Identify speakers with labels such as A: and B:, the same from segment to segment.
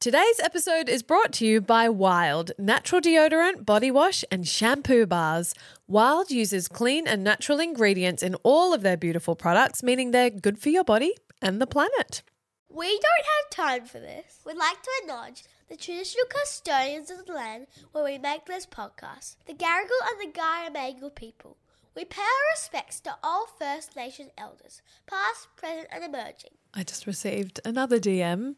A: Today's episode is brought to you by Wild natural deodorant, body wash, and shampoo bars. Wild uses clean and natural ingredients in all of their beautiful products, meaning they're good for your body and the planet.
B: We don't have time for this. We'd like to acknowledge the traditional custodians of the land where we make this podcast, the Garigal and the Garamangal people. We pay our respects to all First Nation elders, past, present, and emerging.
A: I just received another DM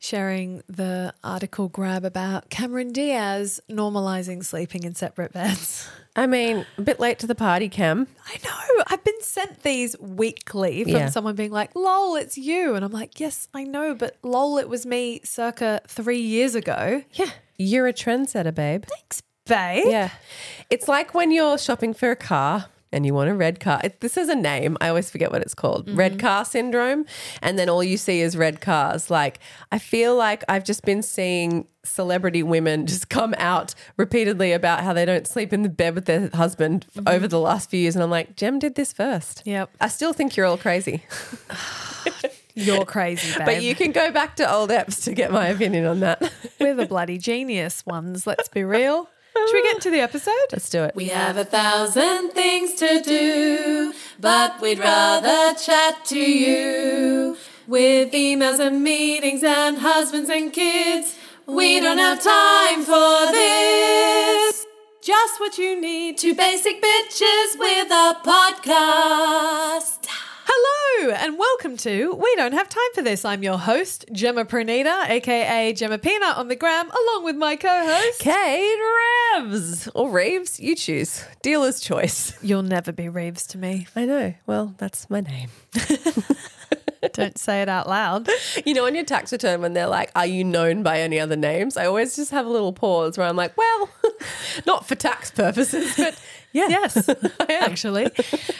A: sharing the article grab about Cameron Diaz normalizing sleeping in separate beds.
C: I mean, a bit late to the party, Cam.
A: I know. I've been sent these weekly from
C: Yeah.
A: someone being like, lol, it's you. And I'm like, yes, I know, but lol, it was me circa three years ago.
C: Yeah. You're a trendsetter, babe.
A: Thanks, babe.
C: Yeah. It's like when you're shopping for a car and you want a red car. It, this is a name. I always forget what it's called.
A: Mm-hmm.
C: Red car syndrome. And then all you see is red cars. Like, I feel like I've just been seeing celebrity women just come out repeatedly about how they don't sleep in the bed with their husband f- over the last few years. And I'm like, Jem did this first.
A: Mm-hmm. Yep.
C: I still think you're all crazy.
A: You're crazy, babe.
C: But you can go back to old apps to get my opinion on that.
A: We're the bloody genius ones, let's be real. Should we get into the episode?
C: Let's do it.
D: We have a thousand things to do, but we'd rather chat to you. With emails and meetings and husbands and kids, we don't have time for this. Just what you need two basic bitches with a podcast.
A: Hello and welcome to We Don't Have Time for This. I'm your host, Gemma Pranita, aka Gemma Pina on the gram, along with my co-host.
C: Kate Reeves or Reeves, you choose. Dealer's choice.
A: You'll never be Reeves to me.
C: I know. Well, that's my name.
A: Don't say it out loud.
C: You know, on your tax return, when they're like, "Are you known by any other names?" I always just have a little pause where I'm like, "Well, not for tax purposes, but yeah,
A: Yes, actually.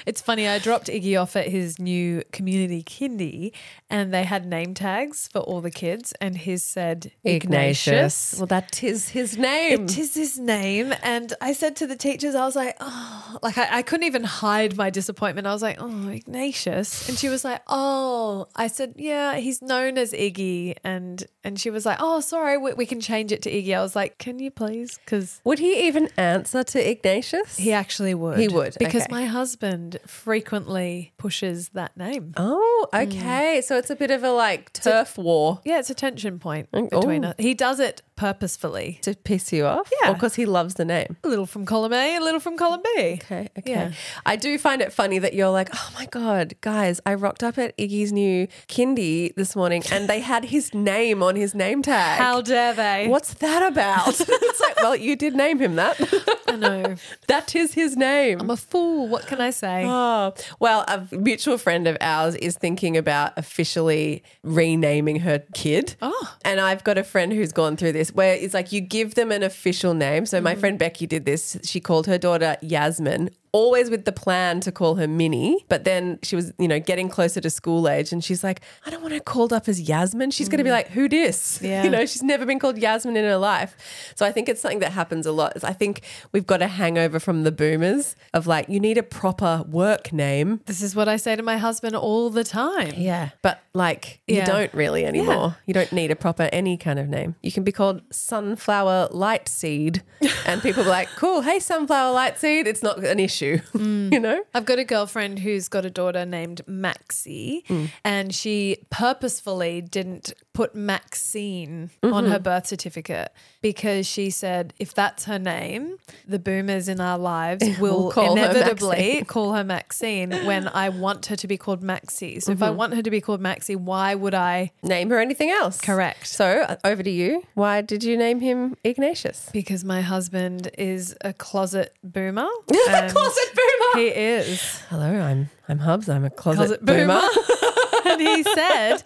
A: It's funny, I dropped Iggy off at his new community kindy and they had name tags for all the kids and his said Ignatius.
C: Well, that is his name.
A: It is his name. And I said to the teachers, I was like, oh, like I, I couldn't even hide my disappointment. I was like, oh, Ignatius. And she was like, oh, I said, yeah, he's known as Iggy. And and she was like, oh, sorry, we, we can change it to Iggy. I was like, can you please? Because
C: Would he even answer to Ignatius?
A: he actually would.
C: He would,
A: Because
C: okay.
A: my husband frequently pushes that name.
C: oh, okay. So it's a bit of a like turf war
A: Yeah, it's a tension point
C: Mm,
A: between
C: oh.
A: us. He does it purposefully.
C: to piss you off.
A: Yeah.
C: because he loves the name.
A: A little from column A, a little from column B.
C: Okay, okay.
A: Yeah.
C: I do find it funny that you're like, oh my God, guys, I rocked up at Iggy's new kindy this morning and they had his name on his name tag.
A: How dare they?
C: What's that about? it's like, well, you did name him that.
A: I know.
C: that is his name.
A: I'm a fool. What can I say?
C: Oh, well, a mutual friend of ours is thinking about officially renaming her kid.
A: Oh.
C: And I've got a friend who's gone through this where it's like you give them an official name. So
A: Mm.
C: my friend Becky did this. She called her daughter Yasmin. Always with the plan to call her Minnie, but then she was, you know, getting closer to school age, and she's like, "I don't want her called up as Yasmin." She's going
A: Mm.
C: to be like, "Who dis?"
A: Yeah.
C: You know, she's never been called Yasmin in her life. So I think it's something that happens a lot. Is I think we've got a hangover from the boomers of like, you need a proper work name.
A: This is what I say to my husband all the time.
C: Yeah. But like,
A: Yeah.
C: you don't really anymore. You don't need a proper any kind of name. You can be called Sunflower Light Seed. and people be like, cool, hey, Sunflower Light Seed. It's not an issue, you know?
A: I've got a girlfriend who's got a daughter named Maxie,
C: Mm.
A: and she purposefully didn't put Maxine on
C: Mm-hmm.
A: her birth certificate because she said if that's her name, the boomers in our lives will
C: call her
A: inevitably call her Maxine when I want her to be called Maxie. So if
C: Mm-hmm.
A: I want her to be called Maxie, why would I?
C: Name her anything else.
A: Correct.
C: So uh, over to you. Why did you name him Ignatius?
A: Because my husband is a closet boomer.
C: A
A: and
C: closet boomer.
A: He is.
C: Hello, I'm I'm Hubs. I'm a closet,
A: closet
C: boomer.
A: boomer. and he said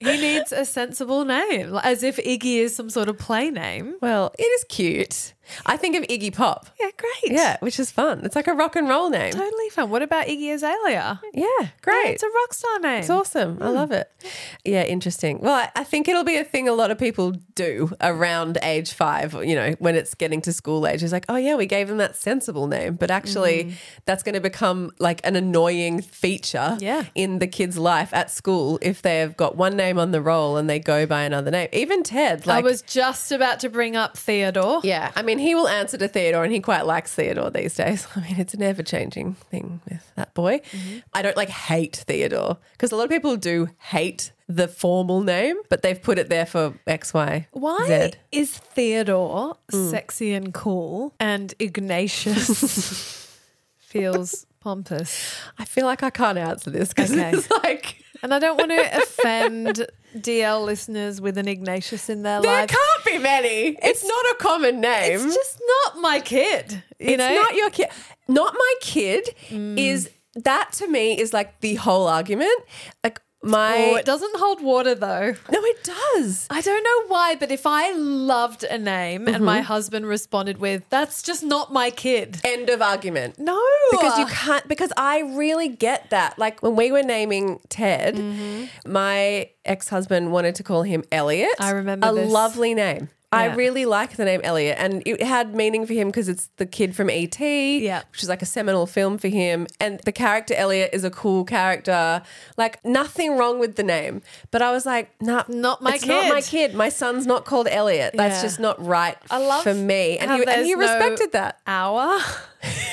A: he needs a sensible name, like, as if Iggy is some sort of play name.
C: Well, it is cute. I think of Iggy Pop.
A: Yeah, great.
C: Yeah, which is fun. It's like a rock and roll name.
A: Totally fun. What about Iggy Azalea?
C: Yeah, great.
A: It's Hmm. a rock star name.
C: It's awesome. I love it. Yeah, interesting. Well, I, I think it'll be a thing a lot of people do around age five, you know, when it's getting to school age. It's like, oh, yeah, we gave them that sensible name. But actually,
A: Mm-hmm.
C: that's going to become like an annoying feature
A: Yeah.
C: in the kid's life at school if they've got one name on the roll and they go by another name. Even Ted,
A: I
C: like,
A: was just about to bring up Theodore.
C: yeah, I mean, he will answer to Theodore, and he quite likes Theodore these days. I mean, it's an ever changing thing with that boy. I don't like hate Theodore because a lot of people do hate the formal name, but they've put it there for X, Y,
A: Why
C: Z. Hmm.
A: is Theodore sexy and cool and Ignatius feels pompous?
C: I feel like I can't answer this because
A: Okay.
C: it's like
A: And I don't want to offend DL listeners with an Ignatius in their
C: there
A: life.
C: can't be many. It's, not a common name.
A: It's just not my kid. You
C: it's
A: know?
C: not your kid. Not my kid is that to me is like the whole argument. Like my
A: Oh, it doesn't hold water though.
C: no, it does.
A: I don't know why, but if I loved a name and my husband responded with, that's just not my kid.
C: End of argument.
A: No.
C: because you can't because i really get that like when we were naming ted my ex-husband wanted to call him elliot
A: Mm-hmm. I remember
C: a
A: this.
C: lovely name I
A: Yeah.
C: really like the name Elliot, and it had meaning for him because it's the kid from ET,
A: Yeah.
C: which is like a seminal film for him. And the character Elliot is a cool character, like nothing wrong with the name. But I was like, nah,
A: Not my
C: it's Not my
A: kid.
C: kid. My son's not called Elliot. That's
A: Yeah.
C: just not right
A: I love
C: for me. And
A: how
C: he, and he
A: there's no-
C: respected that.
A: Hour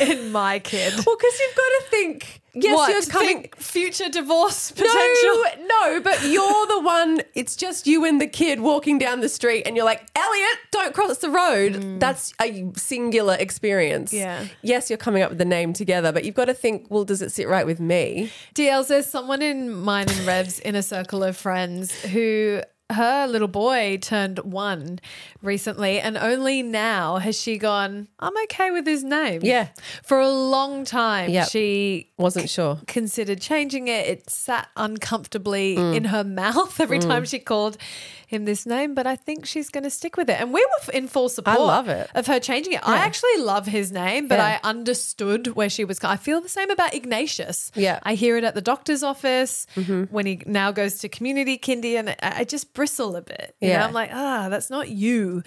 A: in my kid.
C: Well, because you've got to think. Yes,
A: what?
C: you're coming.
A: Think future divorce potential.
C: No, no, but you're the one. It's just you and the kid walking down the street, and you're like, Elliot, don't cross the road. That's a singular experience.
A: Hmm. Yeah.
C: Yes, you're coming up with the name together, but you've got to think, well, does it sit right with me?
A: DLs, there's someone in mine and Rev's inner circle of friends who her little boy turned one recently, and only now has she gone, I'm okay with his name.
C: Yeah.
A: For a long time,
C: Yep.
A: she
C: Wasn't sure.
A: considered changing it. It sat uncomfortably
C: Mm.
A: in her mouth every time she called him this name, but I think she's going to stick with it. And we were f- in full support
C: love it.
A: of her changing it. I actually love his name, but
C: Yeah.
A: I understood where she was. co- I feel the same about Ignatius.
C: Yeah. Mm-hmm.
A: I hear it at the doctor's office when he now goes to community kindy, and I, I just bristle a bit. You know,
C: Yeah.
A: I'm like, ah, that's not you.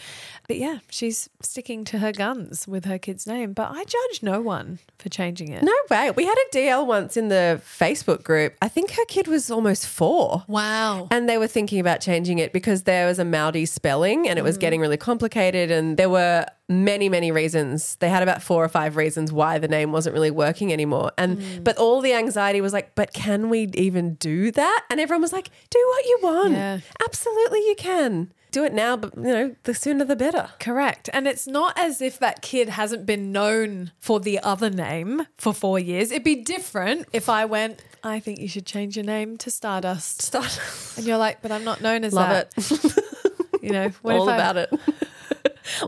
A: But yeah, she's sticking to her guns with her kid's name, but I judge no one for changing it.
C: No way. We had a DL once in the Facebook group. I think her kid was almost four.
A: Wow.
C: And they were thinking about changing it because there was a Maori spelling and it was getting really complicated. And there were many, many reasons. They had about four or five reasons why the name wasn't really working anymore. And but all the anxiety was like, but can we even do that? And everyone was like, do what you want.
A: Yeah.
C: Absolutely, you can. Do it now, but you know, the sooner the better.
A: Correct. And it's not as if that kid hasn't been known for the other name for four years. It'd be different if I went, I think you should change your name to Stardust.
C: Start.
A: And you're like, but I'm not known as
C: Love
A: that.
C: it.
A: You know, what
C: All
A: if I-
C: about it.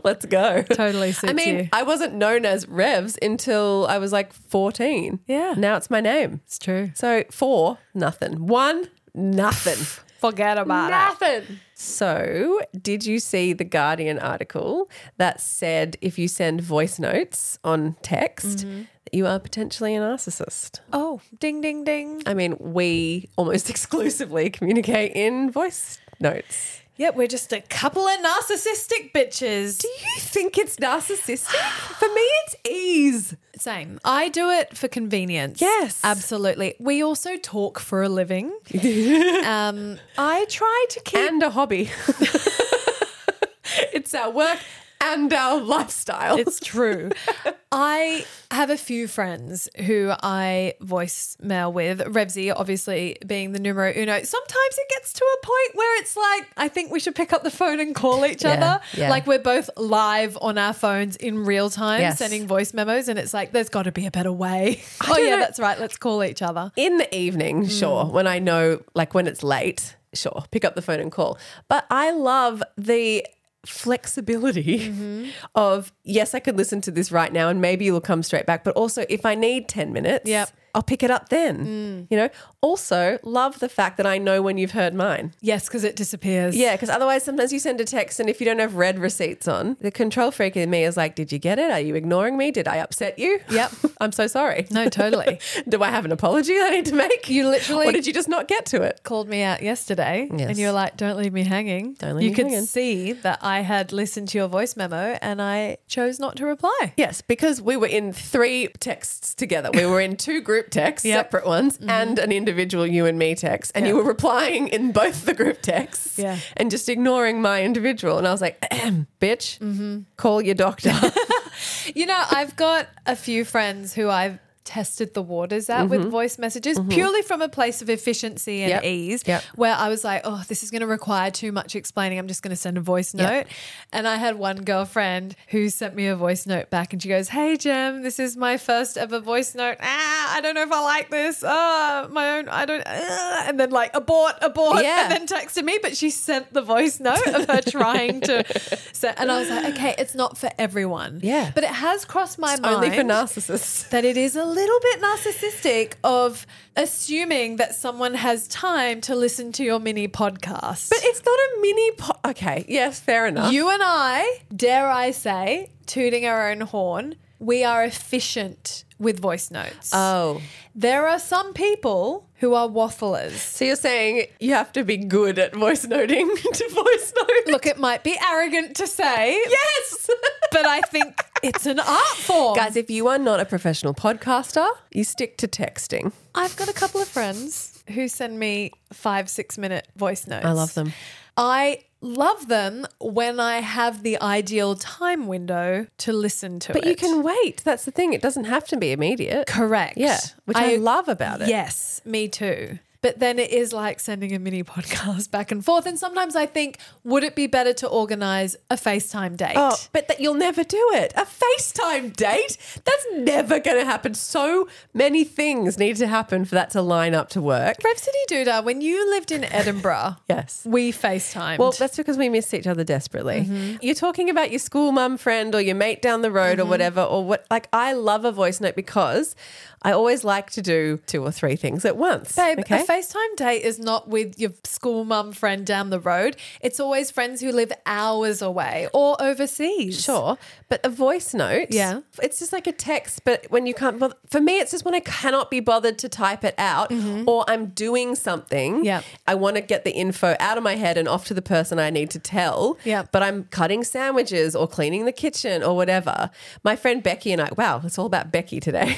C: Let's go.
A: Totally suits
C: I mean,
A: you.
C: I wasn't known as Revs until I was like 14.
A: Yeah.
C: Now it's my name.
A: It's true.
C: So four, nothing. One, nothing.
A: Forget about it.
C: nothing. So, did you see the Guardian article that said if you send voice notes on text, that you are potentially a narcissist?
A: Oh, ding, ding, ding.
C: I mean, we almost exclusively communicate in voice notes.
A: Yep, we're just a couple of narcissistic bitches.
C: Do you think it's narcissistic? For me, it's ease.
A: Same. I do it for convenience.
C: Yes.
A: Absolutely. We also talk for a living. um, I try to keep
C: and a hobby. it's our work and our lifestyle.
A: It's true. I have a few friends who I voicemail with, Revsy obviously being the numero uno. Sometimes it gets to a point where it's like, I think we should pick up the phone and call each
C: Yeah,
A: other.
C: yeah.
A: Like we're both live on our phones in real time,
C: Yes.
A: sending voice memos, and it's like, there's got to be a better way. oh,
C: don't
A: yeah,
C: know-
A: that's right. Let's call each other.
C: in the evening, sure, when I know, like when it's late, sure, pick up the phone and call. But I love the flexibility of, yes, I could listen to this right now and maybe you'll come straight back. But also, if I need 10 minutes,
A: Yep.
C: I'll pick it up then. You know, also love the fact that I know when you've heard mine.
A: Yes, because it disappears.
C: Yeah, because otherwise, sometimes you send a text, and if you don't have red receipts on, the control freak in me is like, Did you get it? Are you ignoring me? Did I upset you?
A: Yep.
C: I'm so sorry.
A: No, totally.
C: Do I have an apology I need to make?
A: You literally-
C: Or did you just not get to it?
A: Called me out yesterday,
C: Yes.
A: and you were like, "Don't leave me hanging."
C: Don't leave
A: you
C: me
A: could
C: hanging.
A: see that I had listened to your voice memo, and I chose not to reply.
C: Yes, because we were in three texts together. We were in two group texts,
A: Yep.
C: separate ones, and an individual you and me text. And you were replying in both the group texts
A: Yeah.
C: and just ignoring my individual. And I was like, Ahem, bitch, call your doctor.
A: You know, I've got a few friends who I've tested the waters at with voice messages purely from a place of efficiency and
C: Mm-hmm. Yep.
A: ease
C: Yep.
A: where I was like, oh, this is going to require too much explaining. I'm just going to send a voice note. And I had one girlfriend who sent me a voice note back and she goes, hey, Jem, this is my first ever voice note. Ah, I don't know if I like this. Ah, my own, I don't. ah," and then like abort, abort.
C: Yeah.
A: And then texted me, but she sent the voice note of her trying to. So, and I was like, okay, it's not for everyone.
C: Yeah.
A: But it has crossed my mind
C: Only for narcissists.
A: that it is a little bit narcissistic of assuming that someone has time to listen to your mini podcast.
C: But it's not a mini po- Okay, yes, fair enough.
A: you and I, dare I say, tooting our own horn, we are efficient with voice notes.
C: oh.
A: there are some people who are wafflers.
C: So you're saying you have to be good at voice noting to voice note?
A: Look, it might be arrogant to say,
C: yes!
A: but I think it's an art form.
C: Guys, if you are not a professional podcaster, you stick to texting.
A: I've got a couple of friends who send me five, six minute voice notes.
C: I love them.
A: I love them when I have the ideal time window to listen to it.
C: But you can wait. That's the thing. It doesn't have to be immediate.
A: Correct.
C: Yeah, which I, love about it.
A: Yes, me too. But then it is like sending a mini podcast back and forth. And sometimes I think, would it be better to organize a FaceTime date?
C: Oh, but that you'll never do it. A FaceTime date? That's never going to happen. So many things need to happen for that to line up to work.
A: Rhapsody Duda, when you lived in Edinburgh,
C: Yes.
A: we FaceTimed.
C: Well, that's because we miss each other desperately.
A: Mm-hmm.
C: You're talking about your school mum friend or your mate down the road or whatever, or what. Like, I love a voice note because I always like to do two or three things at once.
A: Babe, a FaceTime date is not with your school mum friend down the road. It's always friends who live hours away or overseas.
C: Sure, but a voice note,
A: Yeah.
C: it's just like a text. But when you can't, bother, for me, it's just when I cannot be bothered to type it out, or I'm doing something.
A: Mm-hmm. Yeah.
C: I want to get the info out of my head and off to the person I need to tell.
A: Yeah.
C: but I'm cutting sandwiches or cleaning the kitchen or whatever. My friend Becky and I, wow, it's all about Becky today.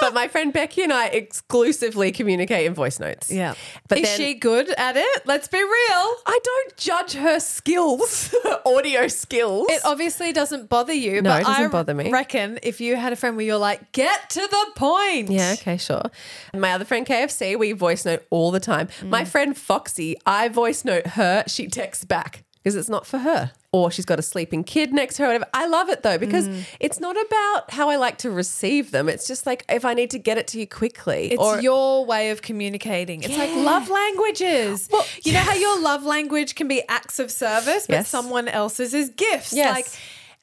C: but my friend Becky and I exclusively communicate in voice notes.
A: Yeah.
C: but
A: is
C: then-
A: she good at it? Let's be real.
C: I don't judge her skills, her audio skills.
A: It obviously doesn't bother you.
C: No,
A: but
C: it doesn't
A: I
C: bother me.
A: reckon if you had a friend where you're like, get to the point.
C: Yeah, okay, sure. And my other friend KFC, we voice note all the time. My friend Foxy, I voice note her, she texts back because it's not for her. Or she's got a sleeping kid next to her, whatever. I love it though, because it's not about how I like to receive them. It's just like if I need to get it to you quickly.
A: It's
C: or
A: your way of communicating. It's like love languages.
C: Well-
A: you know how your love language can be acts of service, but
C: Yes.
A: someone else's is gifts.
C: Yes.
A: Like,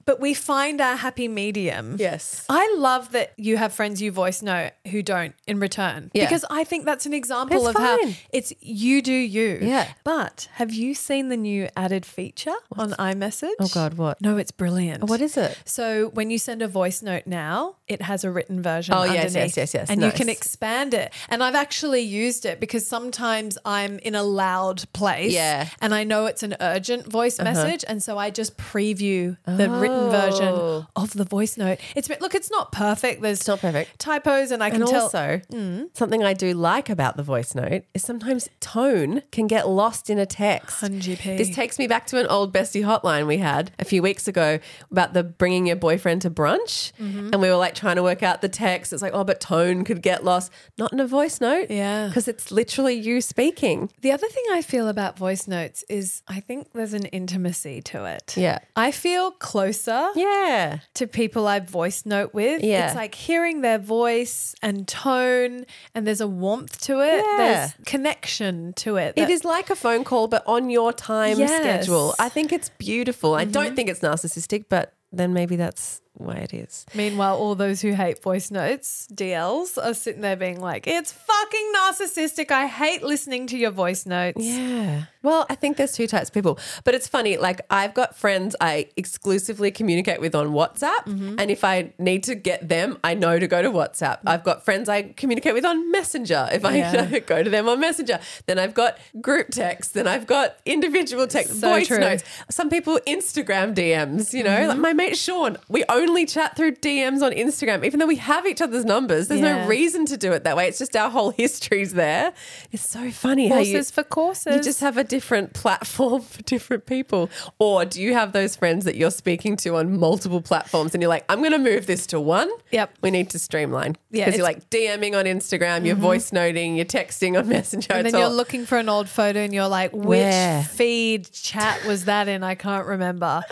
A: but we find our happy medium.
C: Yes.
A: I love that you have friends you voice note who don't in return.
C: Yeah.
A: Because I think that's an example of
C: It's
A: how
C: fine.
A: it's you do you.
C: Yeah.
A: But have you seen the new added feature on iMessage?
C: Oh, God, what?
A: No, it's brilliant.
C: What is it?
A: So when you send a voice note now, it has a written version.
C: Oh, yes,
A: underneath,
C: yes, yes, yes.
A: And you can
C: Nice.
A: expand it. And I've actually used it because sometimes I'm in a loud place,
C: Yeah. Uh-huh.
A: and I know it's an urgent voice message, and so I just preview the written version
C: Oh.
A: of the voice note. It's been- look, it's not perfect. There's
C: not perfect.
A: typos, and I can
C: And
A: tell. Mm.
C: also, something I do like about the voice note is sometimes tone can get lost in a text.
A: 100p.
C: This takes me back to an old bestie hotline we had a few weeks ago about the bringing your boyfriend to brunch,
A: Mm-hmm.
C: and we were like trying to work out the text. It's like, oh, but tone could get lost, not in a voice note,
A: Yeah.
C: because it's literally you speaking.
A: The other thing I feel about voice notes is I think there's an intimacy to it.
C: Yeah.
A: I feel closer.
C: Yeah,
A: to people I voice note with.
C: Yeah.
A: It's like hearing their voice and tone, and there's a warmth to it.
C: Yeah.
A: There's connection to it.
C: it is like a phone call, but on your time
A: Yes.
C: schedule. I think it's beautiful. I don't think it's narcissistic, but then maybe that's why it is.
A: Meanwhile, all those who hate voice notes, DLs, are sitting there being like, it's fucking narcissistic. I hate listening to your voice notes.
C: Yeah. Well, I think there's two types of people. But it's funny, like I've got friends I exclusively communicate with on WhatsApp.
A: Mm-hmm.
C: And if I need to get them, I know to go to WhatsApp. I've got friends I communicate with on Messenger. If I
A: Yeah.
C: go to them on Messenger, then I've got group text, then I've got individual text,
A: So
C: voice
A: true. Mm-hmm.
C: notes. Some people Instagram DMs, you know, like my mate Sean, we only chat through DMs on Instagram, even though we have each other's numbers. There's
A: Yeah.
C: no reason to do it that way. It's just our whole history's there. It's so funny how
A: Courses
C: you,
A: for courses.
C: you just have a different platform for different people. Or do you have those friends that you're speaking to on multiple platforms and you're like, I'm going to move this to one?
A: Yep.
C: We need to streamline.
A: Yeah,
C: Because you're
A: it's- Mm-hmm.
C: like DMing on Instagram, you're voice noting, you're texting on Messenger.
A: and
C: it's
A: then you're
C: all-
A: looking for an old photo and you're like, which
C: Where?
A: feed chat was that in? I can't remember.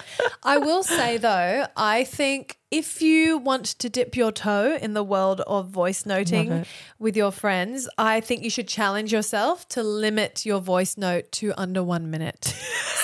A: I will say though, I think if you want to dip your toe in the world of voice noting with your friends, I think you should challenge yourself to limit your voice note to under one minute.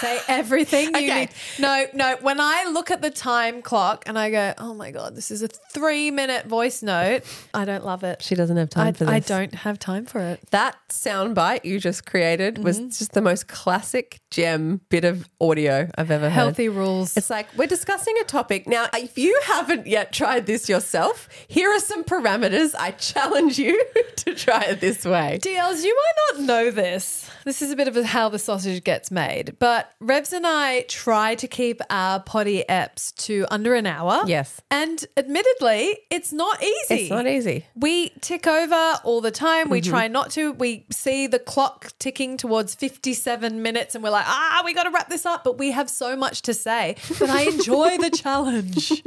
A: Say everything you
C: Okay.
A: need. No, no. When I look at the time clock and I go, oh my God, this is a three minute voice note, I don't love it.
C: she doesn't have time
A: I,
C: for this.
A: I don't have time for it.
C: That soundbite you just created was
A: Mm-hmm.
C: just the most classic gem bit of audio I've ever heard.
A: Healthy rules.
C: It's like we're discussing a topic. Now, if you haven't yet tried this yourself, here are some parameters I challenge you to try it this way.
A: DLs, you might not know this. This is a bit of a how the sausage gets made, but Revs and I try to keep our potty eps to under an hour.
C: Yes.
A: And admittedly, it's not easy.
C: It's not e- Mm-hmm. easy.
A: We tick over all the time. We try not to. We see the clock ticking towards 57 minutes and we're like, ah, we got to wrap this up. But we have so much to say. But I enjoy the challenge.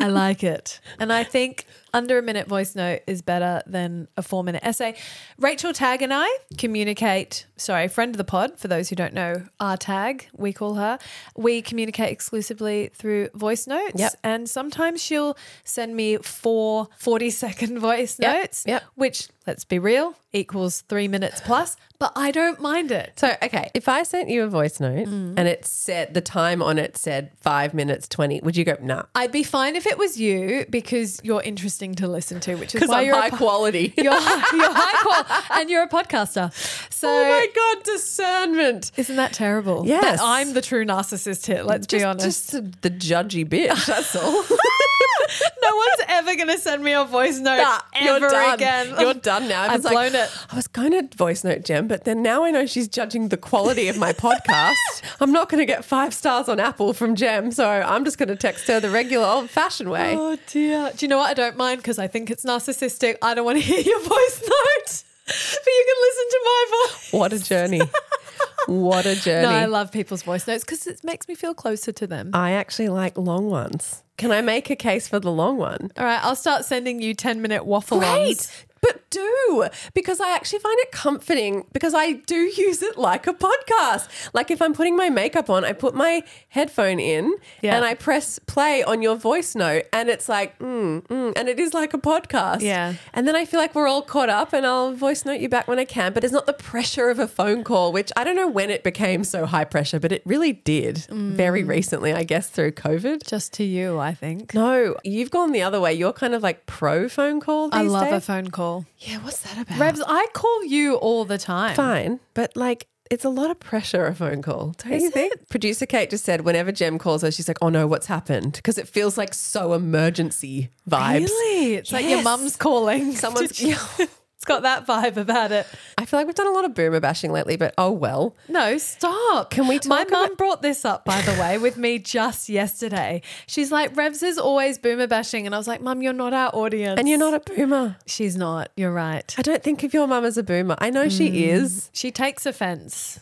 A: I like it. And I think under a minute voice note is better than a four minute essay. Rachel Tag and I communicate, sorry, friend of the pod, for those who don't know, our Tag, we call her. We communicate exclusively through voice notes.
C: Yep.
A: And sometimes she'll send me four 40 second voice
C: Yep,
A: notes,
C: yep.
A: which, let's be real, equals three minutes plus, but I don't mind it.
C: So, okay, if I sent you a voice note
A: Mm.
C: and it said the time on it said five minutes 20, would you go, nah?
A: I'd be fine if it was you because you're interesting to listen to, which is
C: Because
A: why
C: I'm
A: you're a
C: high
A: po-
C: quality.
A: You're, you're high qual and you're a podcaster. So
C: oh my God, discernment.
A: isn't that terrible?
C: Yes.
A: That I'm the true narcissist here, let's be honest.
C: Just the, the judgy bitch, that's all.
A: no one's ever going to send me a voice note
C: Nah,
A: ever
C: you're done.
A: again.
C: You're done now.
A: I've
C: It's like,
A: blown it.
C: I was going to voice note Jem, but then now I know she's judging the quality of my podcast. I'm not going to get five stars on Apple from Jem, so I'm just going to text her the regular old fashioned way.
A: Oh dear. Do you know what? I don't mind because I think it's narcissistic. I don't want to hear your voice note, but you can listen to my voice.
C: What a journey. what a journey.
A: No, I love people's voice notes because it makes me feel closer to them.
C: I actually like long ones. Can I make a case for the long one?
A: All right, I'll start sending you 10 minute waffle ones.
C: Great. But do because I actually find it comforting because I do use it like a podcast. Like if I'm putting my makeup on, I put my headphone in
A: Yeah.
C: and I press play on your voice note, and it's like, mm, mm, and it is like a podcast.
A: Yeah.
C: And then I feel like we're all caught up, and I'll voice note you back when I can. But it's not the pressure of a phone call, which I don't know when it became so high pressure, but it really did very
A: Mm.
C: recently, I guess, through COVID.
A: Just to you, I think.
C: No, you've gone the other way. You're kind of like pro phone call.
A: I
C: these
A: love a
C: days.
A: phone call.
C: Yeah, what's that about?
A: Revs, I call you all the time.
C: Fine, but like it's a lot of pressure a phone call, don't you think? Producer Kate just said whenever Jem calls her, she's like, "Oh no, what's happened?" Because it feels like so emergency vibes.
A: Really? It's like your
C: Yes.
A: mum's calling.
C: Someone's-
A: it's got that vibe about it.
C: I feel like we've done a lot of boomer bashing lately, but oh well.
A: No, stop.
C: Can we
A: My
C: talk
A: mum
C: about-
A: brought this up, by the way, with me just yesterday. She's like, Revs is always boomer bashing. And I was like, Mum, you're not our audience.
C: And you're not a boomer.
A: She's not. You're right.
C: I don't think of your mum as a boomer. I know she is.
A: She takes offense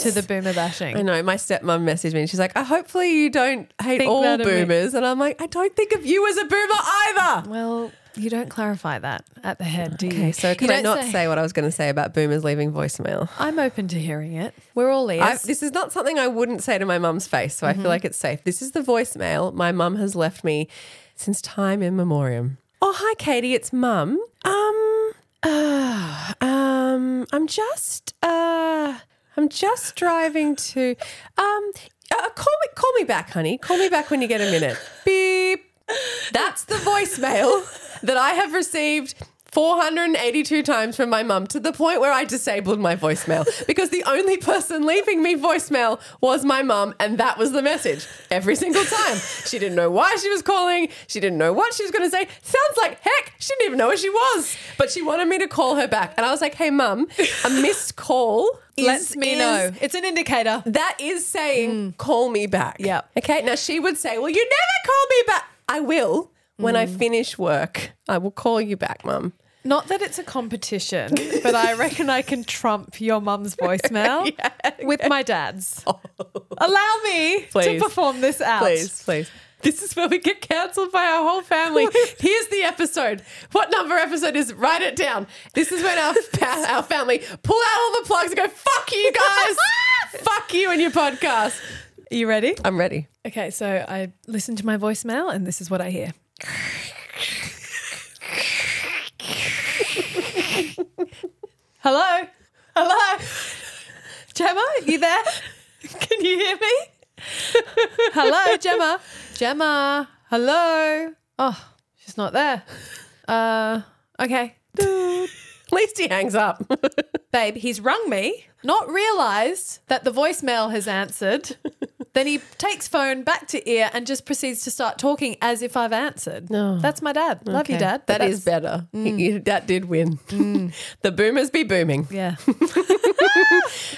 A: to the boomer bashing.
C: I know my stepmom messaged me and she's like, I hopefully you don't hate
A: Think
C: all
A: that of me.
C: boomers. And I'm like, I don't think of you as a boomer either.
A: Well, you don't clarify that at the head, do you?
C: Okay, so can
A: You
C: I
A: don't
C: not say, what I was going to say about boomers leaving voicemail?
A: I'm open to hearing it. We're all ears.
C: I, this is not something I wouldn't say to my mum's face, so I feel like it's safe. This is the voicemail my mum has left me since time immemorium. Oh, hi, Katie. It's mum. Um, uh, um, I'm just, uh, I'm just driving to, um, uh, call me, call me back, honey. Call me back when you get a minute. Beep. That's the voicemail that I have received 482 times from my mum to the point where I disabled my voicemail because the only person leaving me voicemail was my mum, and that was the message every single time. She didn't know why she was calling, she didn't know what she was going to say. Sounds like heck, she didn't even know where she was, but she wanted me to call her back. And I was like, hey, mum, a missed call. is-
A: Lets me
C: is-
A: know. It's an indicator.
C: that is saying, call me back.
A: Yep.
C: Okay. Now she would say, well, you never call me back. I will. When
A: Mm.
C: I finish work, I will call you back, mum.
A: Not that it's a competition, but I reckon I can trump your mum's voicemail with my dad's. Allow me
C: Please.
A: to perform this out.
C: Please, please. This is where we get cancelled by our whole family. Here's the episode. What number episode is? it? Write it down. This is when our fa- our family pull out all the plugs and go, "Fuck you guys, fuck you and your podcast."
A: Are you ready?
C: I'm ready.
A: Okay, so I listen to my voicemail and this is what I hear. Hello? Hello? Gemma, you there? Can you hear me? Hello, Gemma. Gemma. Hello. Oh, she's not there. Uh, okay.
C: At least he hangs up.
A: Babe, he's rung me, not realized that the voicemail has answered. then he takes phone back to ear and just proceeds to start talking as if I've answered.
C: No.
A: That's my dad. Love you,
C: Oh. Okay.
A: dad. Mm. but
C: That is
A: that's-
C: better. You- that did win.
A: Mm.
C: the boomers be booming.
A: Yeah.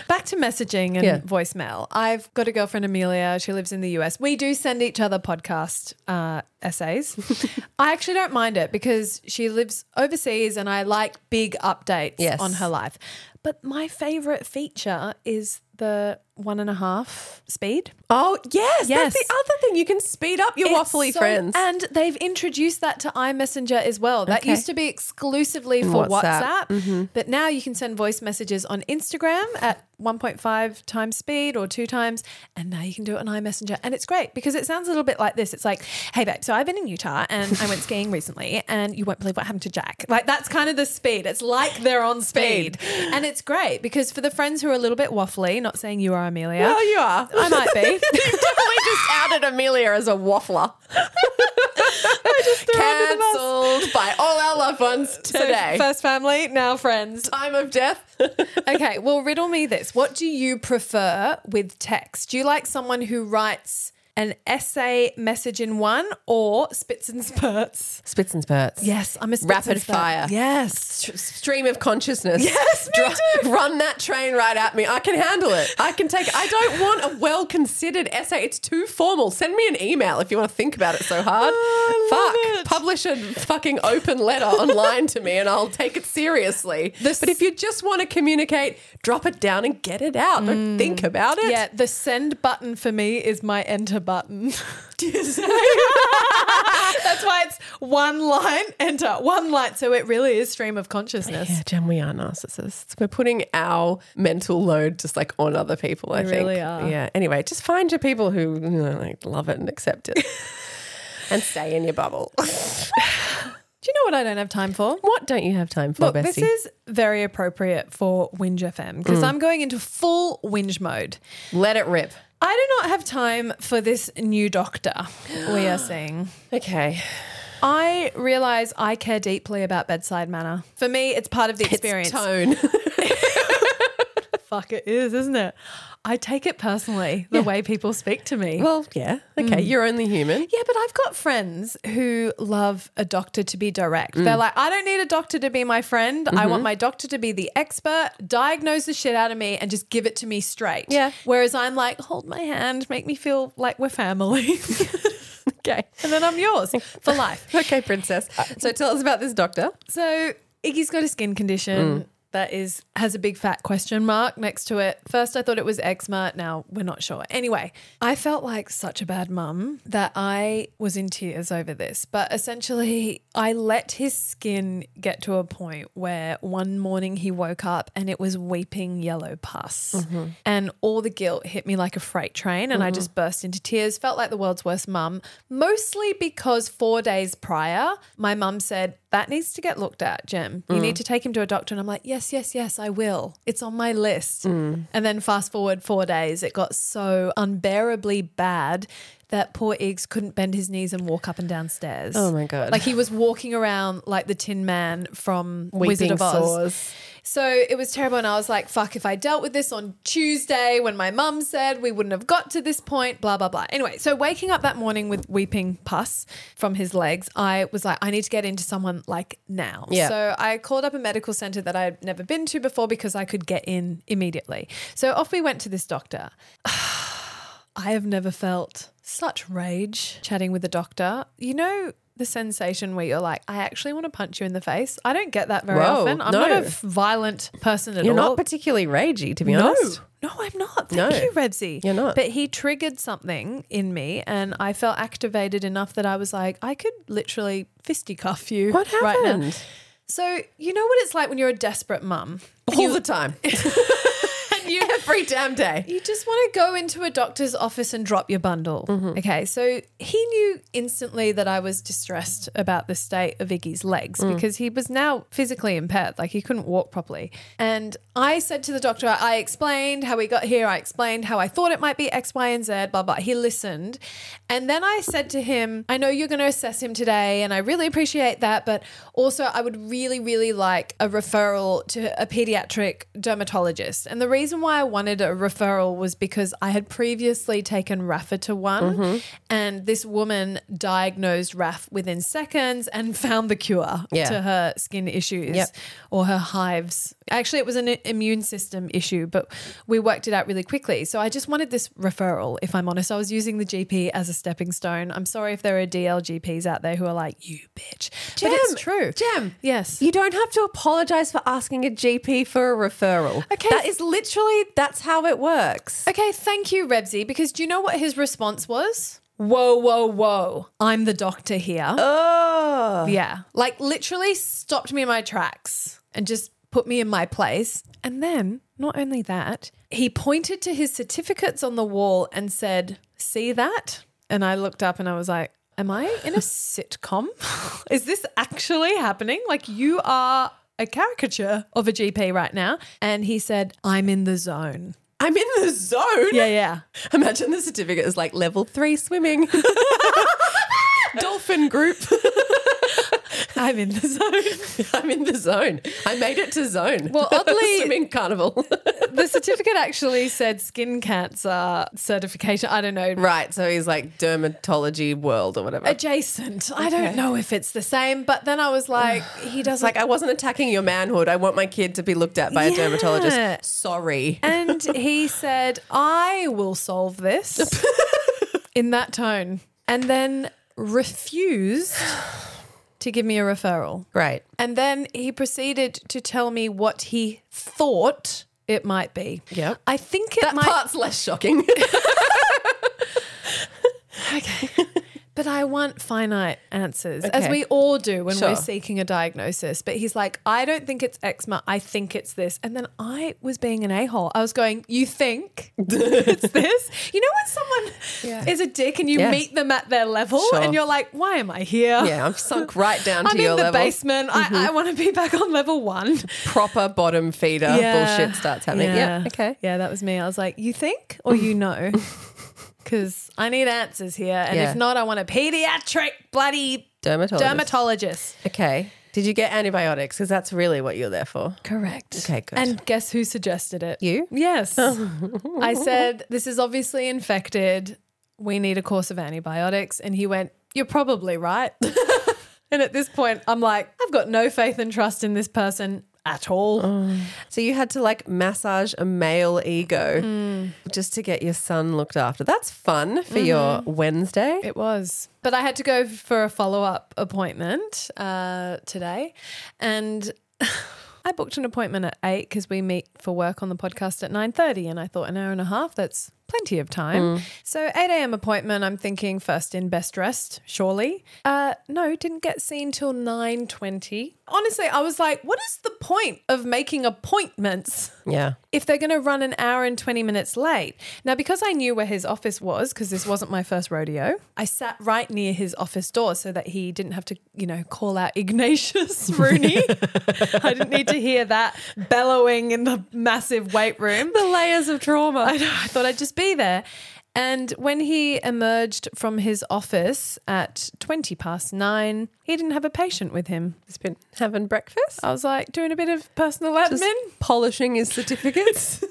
A: back to messaging and
C: Yeah.
A: voicemail. I've got a girlfriend, Amelia. She lives in the US. We do send each other podcast uh, essays. I actually don't mind it because she lives overseas and I like big updates
C: Yes.
A: on her life. But my favorite feature is the one and a half speed.
C: Oh yes,
A: Yes.
C: That's the other thing. You can speed up your
A: It's
C: waffly
A: so-
C: friends.
A: And they've introduced that to iMessenger as well. That
C: Okay.
A: used to be exclusively for
C: WhatsApp. Mm-hmm.
A: WhatsApp, but now you can send voice messages on Instagram at 1.5 times speed or two times. And now you can do it on iMessenger. And it's great because it sounds a little bit like this. It's like, hey, babe, so I've been in Utah and I went skiing recently, and you won't believe what happened to Jack. Like, that's kind of the speed. It's like they're on speed. and it's great because for the friends who are a little bit waffly, not saying you are, Amelia.
C: oh, you are.
A: I might be.
C: You've definitely just outed Amelia as a waffler. Cancelled by all our loved ones today.
A: So first family, now friends.
C: Time of death.
A: Okay, well, riddle me this. What do you prefer with text? Do you like someone who writes an essay message in one or spits and spurts?
C: Spits and spurts.
A: Yes, I'm a spits
C: Rapid
A: and spurt.
C: fire.
A: Yes.
C: Stream of consciousness.
A: Yes, me
C: Dr- Run that train right at me. I can handle it. I can take. I don't want a well considered essay. It's too formal. Send me an email if you want to think about it so hard.
A: Oh, I
C: Fuck. Publish a fucking open letter online to me, and I'll take it seriously.
A: This-
C: but if you just want to communicate, drop it down and get it out. Don't think about it.
A: Mm. Yeah, the send button for me is my enter button. That's why it's one line, enter, one line. So it really is stream of consciousness.
C: Yeah, Jen, we are narcissists. We're putting our mental load just like on other people. I
A: We
C: think.
A: really are.
C: Yeah. Anyway, just find your people who you know, like love it and accept it, and stay in your bubble.
A: Do you know what I don't have time for?
C: what don't you have time for,
A: Look,
C: Bessie?
A: this is very appropriate for Whinge FM because I'm going into full whinge mode.
C: Let it rip.
A: I do not have time for this new doctor we are seeing.
C: Okay.
A: I realize I care deeply about bedside manner. For me, it's part of the experience.
C: It's tone.
A: Fuck, it is, isn't it? I take it personally the way people speak to me.
C: well, yeah. Okay. You're only human.
A: Yeah, but I've got friends who love a doctor to be direct. They're like, I don't need a doctor to be my friend. I want my doctor to be the expert, diagnose the shit out of me, and just give it to me straight.
C: Yeah.
A: Whereas I'm like, hold my hand, make me feel like we're family.
C: Okay.
A: and then I'm yours for life. Uh,
C: Okay, princess. So tell us about this doctor.
A: So Iggy's got a skin condition
C: Mm.
A: that is has a big fat question mark next to it. First I thought it was eczema, now we're not sure. Anyway, I felt like such a bad mum that I was in tears over this. But essentially I let his skin get to a point where one morning he woke up and it was weeping yellow pus.
C: Mm-hmm.
A: And all the guilt hit me like a freight train and I just burst into tears, felt like the world's worst mum, mostly because 4 days prior my mum said that needs to get looked at, Jim. You
C: Mm.
A: need to take him to a doctor. And I'm like, yes, yes, yes, I will. It's on my
C: Mm.
A: list. And then fast forward four days, it got so unbearably bad that poor Iggs couldn't bend his knees and walk up and down stairs.
C: Oh my God.
A: Like he was walking around like the Tin Man from
C: Weeping
A: Wizard of Oz.
C: sores.
A: So it was terrible, and I was like, "Fuck! If I dealt with this on Tuesday when my mum said we wouldn't have got to this point, blah blah blah." Anyway, so waking up that morning with weeping pus from his legs, I was like, "I need to get into someone like now."
C: Yeah.
A: So so I called up a medical center that I'd never been to before because I could get in immediately. So off we went to this doctor. I have never felt such rage chatting with a doctor. You know, the sensation where you're like, I actually want to punch you in the face. I don't get that very
C: Whoa,
A: often. I'm
C: no.
A: not a f- violent person at
C: You're
A: all.
C: not particularly ragey, to be
A: No,
C: honest.
A: no, I'm not. Thank
C: No.
A: you, Redzi.
C: You're not.
A: But he triggered something in me, and I felt activated enough that I was like, I could literally fisticuff you
C: What
A: right
C: happened?
A: now. So you know what it's like when you're a desperate mum.
C: All the time.
A: You
C: Every damn day.
A: you just want to go into a doctor's office and drop your bundle. Okay, so he knew instantly that I was distressed about the state of Iggy's legs because he was now physically impaired, like he couldn't walk properly. And I said to the doctor, I explained how we got here, I explained how I thought it might be X, Y, and Z, blah, blah. He listened. And then I said to him, I know you're going to assess him today, and I really appreciate that, but also I would really, really like a referral to a pediatric dermatologist. And the reason why I wanted a referral was because I had previously taken Rafa to one, and this woman diagnosed Raf within seconds and found the cure
C: Yeah.
A: to her skin issues
C: Yep.
A: or her hives. Actually, it was an immune system issue, but we worked it out really quickly. So I just wanted this referral, if I'm honest. I was using the GP as a stepping stone. I'm sorry if there are DL GPs out there who are like, you bitch. but it's true.
C: Gem.
A: Yes.
C: You don't have to apologize for asking a GP for a referral.
A: Okay.
C: That is literally, that's how it works.
A: Okay, thank you, Rebsy, because do you know what his response was? Whoa, whoa, whoa. I'm the doctor here.
C: Oh.
A: Yeah. Like literally stopped me in my tracks and just put me in my place. And then, not only that, he pointed to his certificates on the wall and said, See that? And I looked up and I was like, Am I in a sitcom? Is this actually happening? Like, you are a caricature of a GP right now. And he said, I'm in the zone.
C: I'm in the zone.
A: Yeah, yeah.
C: Imagine the certificate is like level three swimming. Dolphin group.
A: I'm in the zone.
C: I'm in the zone. I made it to zone.
A: Well, oddly-
C: swimming carnival.
A: the certificate actually said skin cancer certification. I don't know.
C: right. So he's like dermatology world or whatever.
A: adjacent. I don't know if it's the same, but then I was like, he
C: It's
A: doesn't.
C: like I wasn't attacking your manhood. I want my kid to be looked at by a
A: Yeah.
C: dermatologist. Sorry.
A: and he said, I will solve this in that tone. And then refused to give me a referral.
C: Great.
A: And then he proceeded to tell me what he thought it might be.
C: Yep.
A: I think it
C: That
A: might
C: part's less shocking.
A: But I want finite answers, as
C: Okay.
A: we all do when we're
C: Sure.
A: seeking a diagnosis. But he's like, I don't think it's eczema. I think it's this. And then I was being an a hole. I was going, You think it's this? You know, when someone is a dick and you
C: Yes.
A: meet them at their level
C: Sure.
A: and you're like, Why am I here?
C: yeah, I'm sunk right down to
A: I'm in
C: your
A: the
C: level. Mm-hmm.
A: basement. I, I want to be back on level one.
C: Proper bottom feeder bullshit starts happening. Yeah. Okay.
A: Yeah, that was me. I was like, You think or you know? Because I need answers here. And
C: Yeah.
A: if not, I want a pediatric bloody
C: Dermatologist.
A: dermatologist.
C: okay. Did you get antibiotics? Because that's really what you're there for.
A: Correct.
C: Okay, good.
A: And guess who suggested it?
C: You?
A: Yes. I said, This is obviously infected. We need a course of antibiotics. And he went, You're probably right. and at this point, I'm like, I've got no faith and trust in this person at all.
C: So you had to like massage a male ego just to get your son looked after. That's fun for your Wednesday.
A: It was. But I had to go for a follow up appointment uh, today. And. I booked an appointment at eight because we meet for work on the podcast at nine thirty, and I thought an hour and a half that's plenty of time. So eight a.m. appointment. I'm thinking first in, best dressed, surely. Uh, no, didn't get seen till nine twenty. Honestly, I was like, what is the point of making appointments?
C: yeah.
A: if they're going to run an hour and 20 minutes late. Now, because I knew where his office was, because this wasn't my first rodeo, I sat right near his office door so that he didn't have to, you know, call out Ignatius Rooney. I didn't need to hear that bellowing in the massive weight room.
C: The layers of trauma.
A: I, know, I thought I'd just be there. And when he emerged from his office at 20 past nine, he didn't have a patient with him.
C: He's been having breakfast,
A: I was like, doing a bit of personal
C: just
A: admin.
C: polishing his certificates, a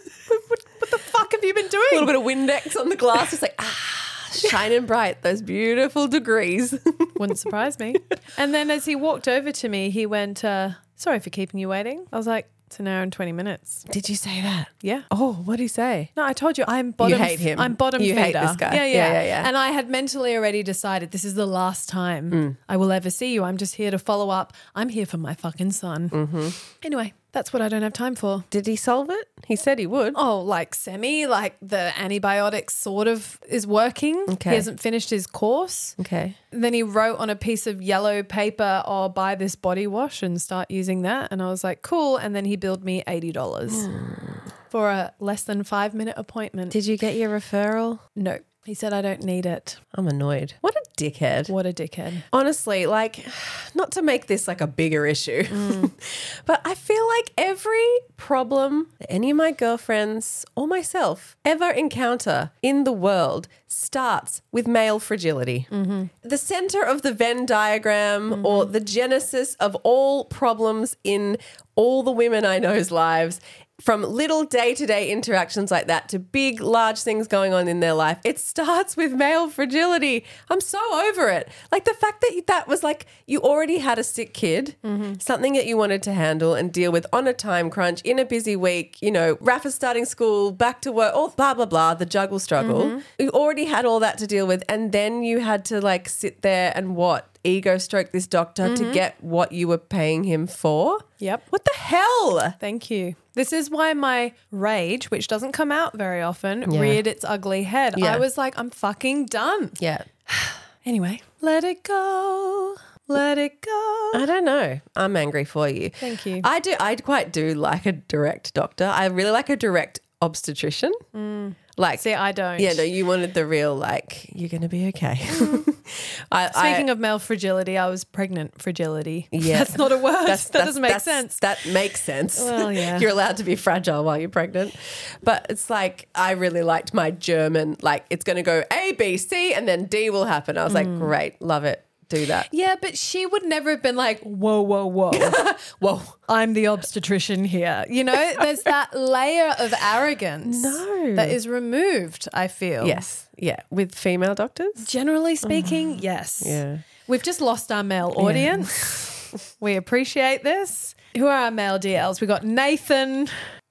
A: What the fuck have you been doing?
C: little bit of Windex on the glass, just like ah, shining bright those beautiful degrees.
A: Wouldn't surprise me. And then as he walked over to me, he went, uh, Sorry for keeping you waiting. I was like, It's an hour and 20 minutes.
C: Did you say that?
A: Yeah.
C: Oh, what did he say?
A: No, I told you I'm bottom.
C: hate him.
A: I'm bottom
C: You hate
A: feeder.
C: this guy.
A: Yeah yeah.
C: Yeah,
A: yeah,
C: yeah, yeah.
A: And I had mentally already decided this is the last time I will ever see you. I'm just here to follow up. I'm here for my fucking son. Anyway, that's what I don't have time for.
C: Did he solve it? He said he would.
A: Oh, like semi, like the antibiotic sort of is working.
C: Okay.
A: He hasn't finished his course.
C: Okay.
A: Then he wrote on a piece of yellow paper, "Oh, buy this body wash and start using that." And I was like, "Cool." And then he billed me eighty dollars for a less than five minute appointment.
C: Hmm. Did you get your referral?
A: No. He said, I don't need it.
C: I'm annoyed. What a dickhead.
A: What a dickhead.
C: Honestly, like, not to make this like a bigger issue, but I feel like every problem that any of my girlfriends or myself ever encounter in the world starts with male fragility. The center of the Venn diagram or the genesis of all problems in all the women I know's lives. From little day to day interactions like that to big, large things going on in their life, it starts with male fragility. I'm so over it. Like the fact that that was like you already had a sick kid,
A: Mm-hmm.
C: something that you wanted to handle and deal with on a time crunch, in a busy week, you know, Rafa's starting school, back to work, all blah, blah, blah, the juggle struggle.
A: Mm-hmm.
C: You already had all that to deal with. And then you had to like sit there and what? Ego stroke this doctor to get what you were paying him for.
A: Mm-hmm. Yep.
C: What the hell?
A: Thank you. This is why my rage, which doesn't come out very often,
C: Yeah.
A: reared its ugly head.
C: Yeah.
A: I was like, I'm fucking done.
C: Yeah.
A: Anyway, let it go. Let it go.
C: I don't know. I'm angry for you.
A: Thank you.
C: I do. I quite do like a direct doctor. I really like a direct obstetrician.
A: Mm.
C: Like,
A: See, I don't.
C: yeah, no, you wanted the real like you're gonna be okay. I,
A: Mm. Speaking of male fragility, I was pregnant fragility.
C: Yeah.
A: That's not a word. that doesn't make sense.
C: That makes sense.
A: Well, yeah.
C: you're allowed to be fragile while you're pregnant. But it's like, I really liked my German, like, it's going to go A, B, C, and then D will happen. I was
A: Mm.
C: like, great, love it. Do that.
A: Yeah, but she would never have been like, whoa, whoa, whoa.
C: Whoa.
A: I'm the obstetrician here. You know, there's that layer of arrogance
C: No.
A: that is removed, I feel.
C: Yes. Yeah. With female doctors?
A: Generally speaking, yes.
C: Yeah.
A: We've just lost our male audience. we appreciate this. Who are our male DLs? We got Nathan,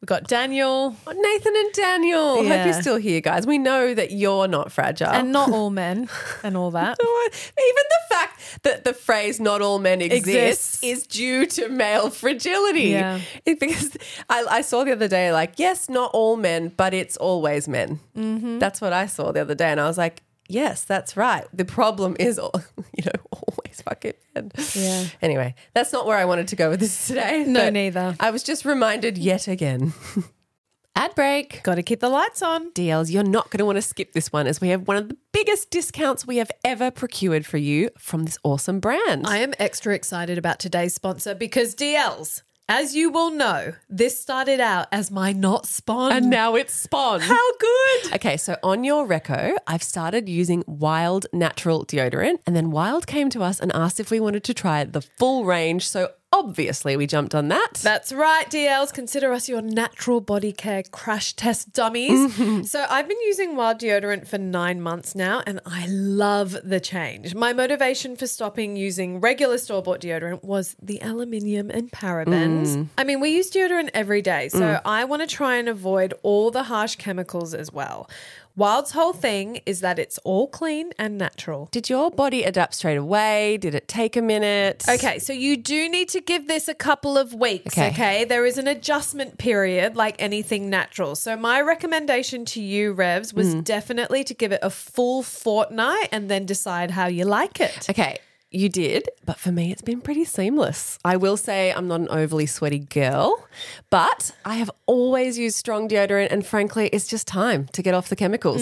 A: we got Daniel,
C: Oh, Nathan and Daniel. Hope
A: Yeah.
C: you're still here, guys. We know that you're not fragile.
A: and not all men and all that.
C: Even the fact that the phrase "not all men exist"
A: Exists.
C: is due to male fragility.
A: Yeah.
C: It- because I, I saw the other day, like, yes, not all men, but it's always men.
A: Mm-hmm.
C: That's what I saw the other day, and I was like, yes, that's right. The problem is, all, you know, always fucking men.
A: Yeah.
C: Anyway, that's not where I wanted to go with this today.
A: No,
C: but
A: neither.
C: I was just reminded yet again. Ad break.
A: Got to keep the lights on.
C: DLs, you're not going to want to skip this one as we have one of the biggest discounts we have ever procured for you from this awesome brand.
A: I am extra excited about today's sponsor because DLs, as you will know, this started out as my not spawn.
C: and now it's Spawn.
A: How good!
C: Okay, so on your reco, I've started using Wild Natural Deodorant, and then Wild came to us and asked if we wanted to try the full range. So obviously, we jumped on that.
A: That's right, DLs. Consider us your natural body care crash test dummies. so, I've been using wild deodorant for nine months now, and I love the change. My motivation for stopping using regular store bought deodorant was the aluminium and parabens. I mean, we use deodorant every day, so I want to try and avoid all the harsh chemicals as well. Wild's whole thing is that it's all clean and natural.
C: Did your body adapt straight away? Did it take a minute?
A: Okay, so you do need to give this a couple of weeks,
C: Okay.
A: okay. There is an adjustment period like anything natural. So my recommendation to you, Revs, was
C: Mm.
A: definitely to give it a full fortnight and then decide how you like it.
C: Okay, you did, but for me, it's been pretty seamless. I will say I'm not an overly sweaty girl, but I have always used strong deodorant, and frankly, it's just time to get off the chemicals.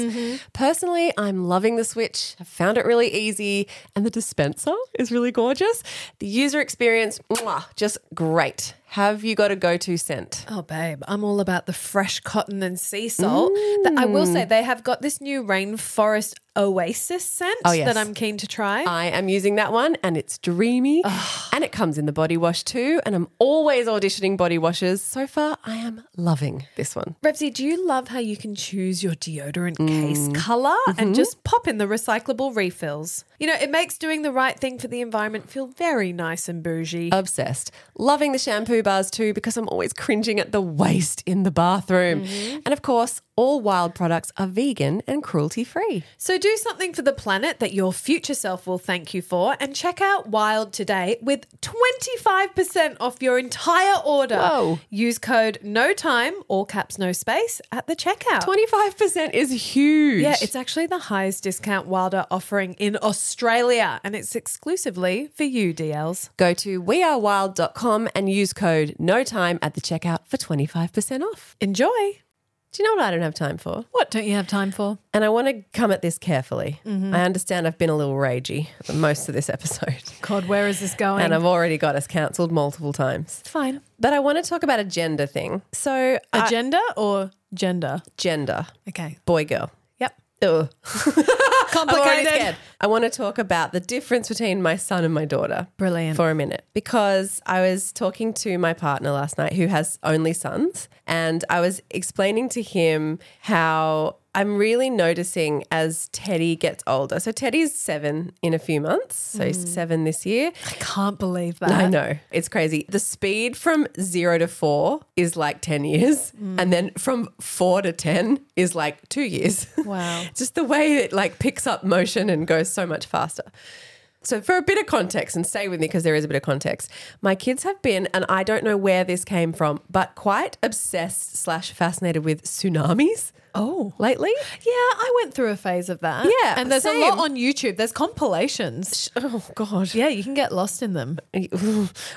C: Personally, I'm loving the switch. I found it really easy, and the dispenser is really gorgeous. The user experience, mwah, just great. Have you got a go to scent?
A: Oh, babe, I'm all about the fresh cotton and sea salt. That I
C: Mm.
A: will say they have got this new rainforest oasis scent
C: Oh, yes.
A: that I'm keen to try.
C: I am using that one and it's dreamy and it comes in the body wash too. And I'm always auditioning body washes. So far, I am loving this one.
A: Rebsy, do you love how you can choose your deodorant case color and just pop in the recyclable refills? You know, it makes doing the right thing for the environment feel very nice and bougie.
C: Obsessed. Loving the shampoo bars too because I'm always cringing at the waste in the bathroom.
A: Mm-hmm.
C: And of course, all wild products are vegan and cruelty free.
A: so do something for the planet that your future self will thank you for and check out Wild today with 25% off your entire order.
C: Whoa.
A: Use code no time, all caps no space at the checkout.
C: 25% is huge.
A: yeah, it's actually the highest discount Wild are offering in Australia, and it's exclusively for you, DLs.
C: Go to wearewild.com and use code no time at the checkout for 25% off.
A: Enjoy.
C: Do you know what I don't have time for?
A: What don't you have time for?
C: And I want to come at this carefully.
A: Mm-hmm.
C: I understand I've been a little ragey for most of this episode,
A: God, where is this going?
C: and I've already got us cancelled multiple times.
A: fine.
C: But I want to talk about a gender thing. So, I-
A: Agenda or gender?
C: gender,
A: Okay.
C: boy, girl.
A: Yep.
C: Ugh. I'm already
A: Complicated.
C: scared. I want to talk about the difference between my son and my daughter.
A: Brilliant.
C: For a minute. Because I was talking to my partner last night who has only sons, and I was explaining to him how I'm really noticing as Teddy gets older. So Teddy's seven in a few months. So he's seven this year.
A: I can't believe that.
C: I know. It's crazy. The speed from zero to four is like 10 years. And then from four to 10 is like two years.
A: Wow.
C: Just the way it like picks up motion and goes so much faster. So, for a bit of context, and stay with me because there is a bit of context, my kids have been, and I don't know where this came from, but quite obsessed slash fascinated with tsunamis
A: Oh.
C: lately.
A: Yeah, I went through a phase of that.
C: Yeah,
A: And there's
C: same.
A: a lot on YouTube. There's compilations.
C: Oh, God.
A: Yeah, you can get lost in them.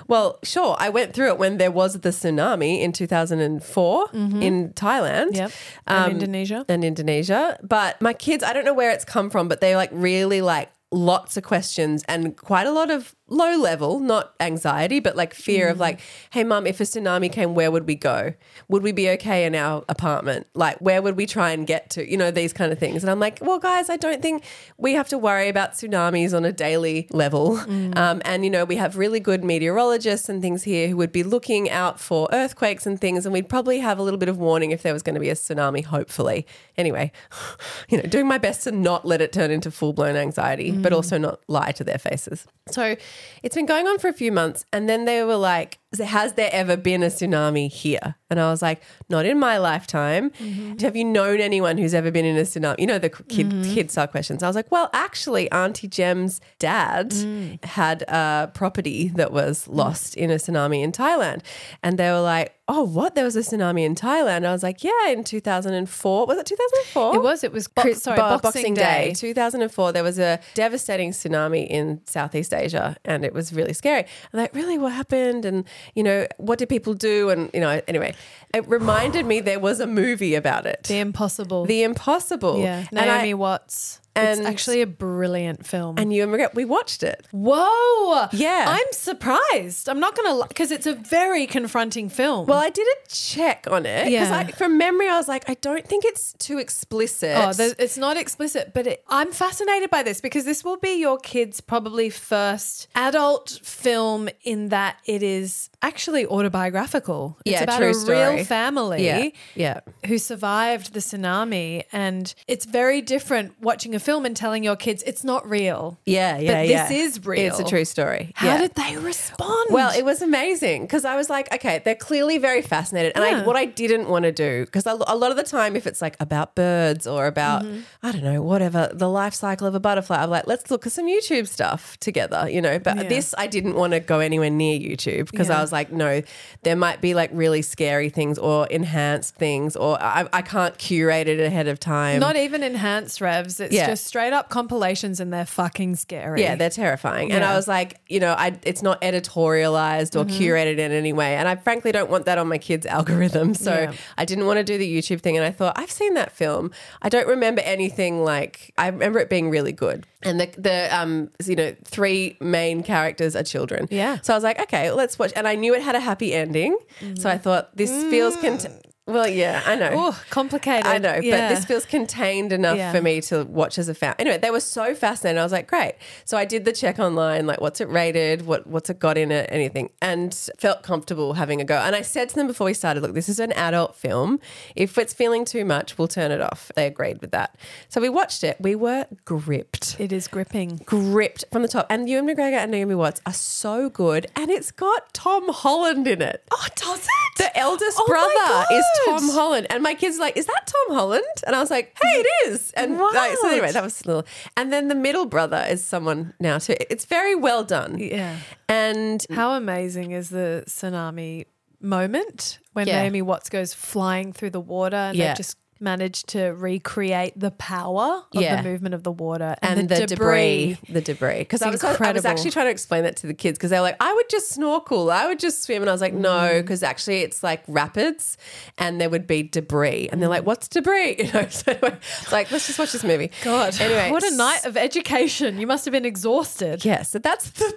C: Well, sure. I went through it when there was the tsunami in 2004 in Thailand.
A: Mm-hmm.
C: Um,
A: Yep. And Indonesia.
C: And Indonesia. But my kids, I don't know where it's come from, but they like really like lots of questions and quite a lot of low level, not anxiety, but like fear
A: Mm-hmm.
C: of like, hey, mum, if a tsunami came, where would we go? Would we be okay in our apartment? Like, where would we try and get to? You know, these kind of things. And I'm like, well, guys, I don't think we have to worry about tsunamis on a daily level. Um, and, you know, we have really good meteorologists and things here who would be looking out for earthquakes and things. And we'd probably have a little bit of warning if there was going to be a tsunami, hopefully. Anyway, you know, doing my best to not let it turn into full blown anxiety, but also not lie to their faces. So it's been going on for a few months. And then they were like, Has there ever been a tsunami here? And I was like, Not in my lifetime.
A: Mm-hmm.
C: Have you known anyone who's ever been in a tsunami? You know, the kid, kid style questions. I was like, Well, actually, Auntie Jem's dad
A: Mm.
C: had a property that was lost in a tsunami in Thailand. And they were like, Oh, what? There was a tsunami in Thailand. I was like, Yeah, in 2004. Was it 2004?
A: It was. It was Oh. bo-
C: Chris-
A: sorry,
C: Bo-
A: Boxing, Day.
C: 2004. There was a devastating tsunami in Southeast Asia, and it was really scary. I'm like, really, what happened? And you know, what did people do? And you know, anyway, it reminded me there was a movie about it,
A: The
C: The,
A: Impossible.
C: Impossible.
A: yeah.
C: and, I-
A: Naomi Watts.
C: and-
A: it's actually a brilliant film.
C: and you and Margaret, we watched it.
A: Whoa.
C: Yeah.
A: I'm surprised. I'm not going to, because it's a very confronting film.
C: Well, I did a check on it because
A: Yeah.
C: from memory, I was like, I don't think it's too explicit.
A: Oh, there's- it's not explicit, but it, I'm fascinated by this because this will be your kid's probably first adult film in that it is actually autobiographical. It's
C: Yeah,
A: about
C: true
A: a
C: story.
A: real family
C: yeah, yeah.
A: who survived the tsunami, and it's very different watching a film and telling your kids it's not real.
C: Yeah, yeah,
A: this
C: yeah.
A: is
C: It's a
A: real.
C: true story.
A: How
C: Yeah.
A: did they respond?
C: Well, it was amazing because I was like, okay, they're clearly very fascinated. And I,
A: Yeah.
C: what I didn't want to do, because a lot of the time, if it's like about birds or about,
A: Mm-hmm.
C: I don't know, whatever, the life cycle of a butterfly, I'm like, let's look at some YouTube stuff together, you know. But
A: Yeah.
C: this, I didn't want to go anywhere near YouTube because I
A: Yeah.
C: was like, no, there might be like really scary things or enhanced things, or I, I can't curate it ahead of time.
A: not even enhanced revs. It's
C: Yeah.
A: just straight up compilations and they're fucking scary.
C: Yeah, they're terrifying. And I
A: Yeah. Mm-hmm.
C: was like, you know, I, it's not editorialized or curated in any way. And I frankly don't want that on my kids' algorithm. So
A: Yeah.
C: I didn't want to do the YouTube thing. And I thought, I've seen that film. I don't remember anything like, I remember it being really good. And the, the um, you know, three main characters are children.
A: Yeah.
C: So I was like, okay, let's watch. And I knew it had a happy ending. So I thought, this
A: Mm.
C: feels, cont- well, yeah, I know.
A: oh, complicated.
C: I know,
A: Yeah.
C: but this feels contained enough
A: Yeah.
C: for me to watch as a fan. Anyway, they were so fascinated. I was like, great. So I did the check online, like what's it rated, what what's it got in it, anything, and felt comfortable having a go. And I said to them before we started, look, this is an adult film. If it's feeling too much, we'll turn it off. They agreed with that. So we watched it. We were gripped.
A: it is gripping.
C: Gripped from the top, and Ewan McGregor and Naomi Watts are so good, and it's got Tom Holland in it.
A: Oh, does it?
C: The eldest
A: Oh my
C: brother is
A: God.
C: Tom Holland. And my kid's like, is that Tom Holland? And I was like, hey, it is. And like, so
A: Right.
C: anyway, that was a little. And then the middle brother is someone now too. It's very well done.
A: Yeah.
C: And
A: How amazing is the tsunami moment when
C: Yeah.
A: Naomi Watts goes flying through the water and
C: Yeah.
A: they just managed to recreate the power of
C: Yeah.
A: the movement of the water and,
C: and, the, debris. The debris. Because I was, I was
A: incredible.
C: actually trying to explain that to the kids because they were like, I would just snorkel, I would just swim. And I was like, no, because actually it's like rapids and there would be debris. And they're like, what's debris? You know, so anyway, it's like, let's just watch this movie.
A: God,
C: Anyway,
A: what a night of education. You must have been exhausted.
C: Yes, so that's the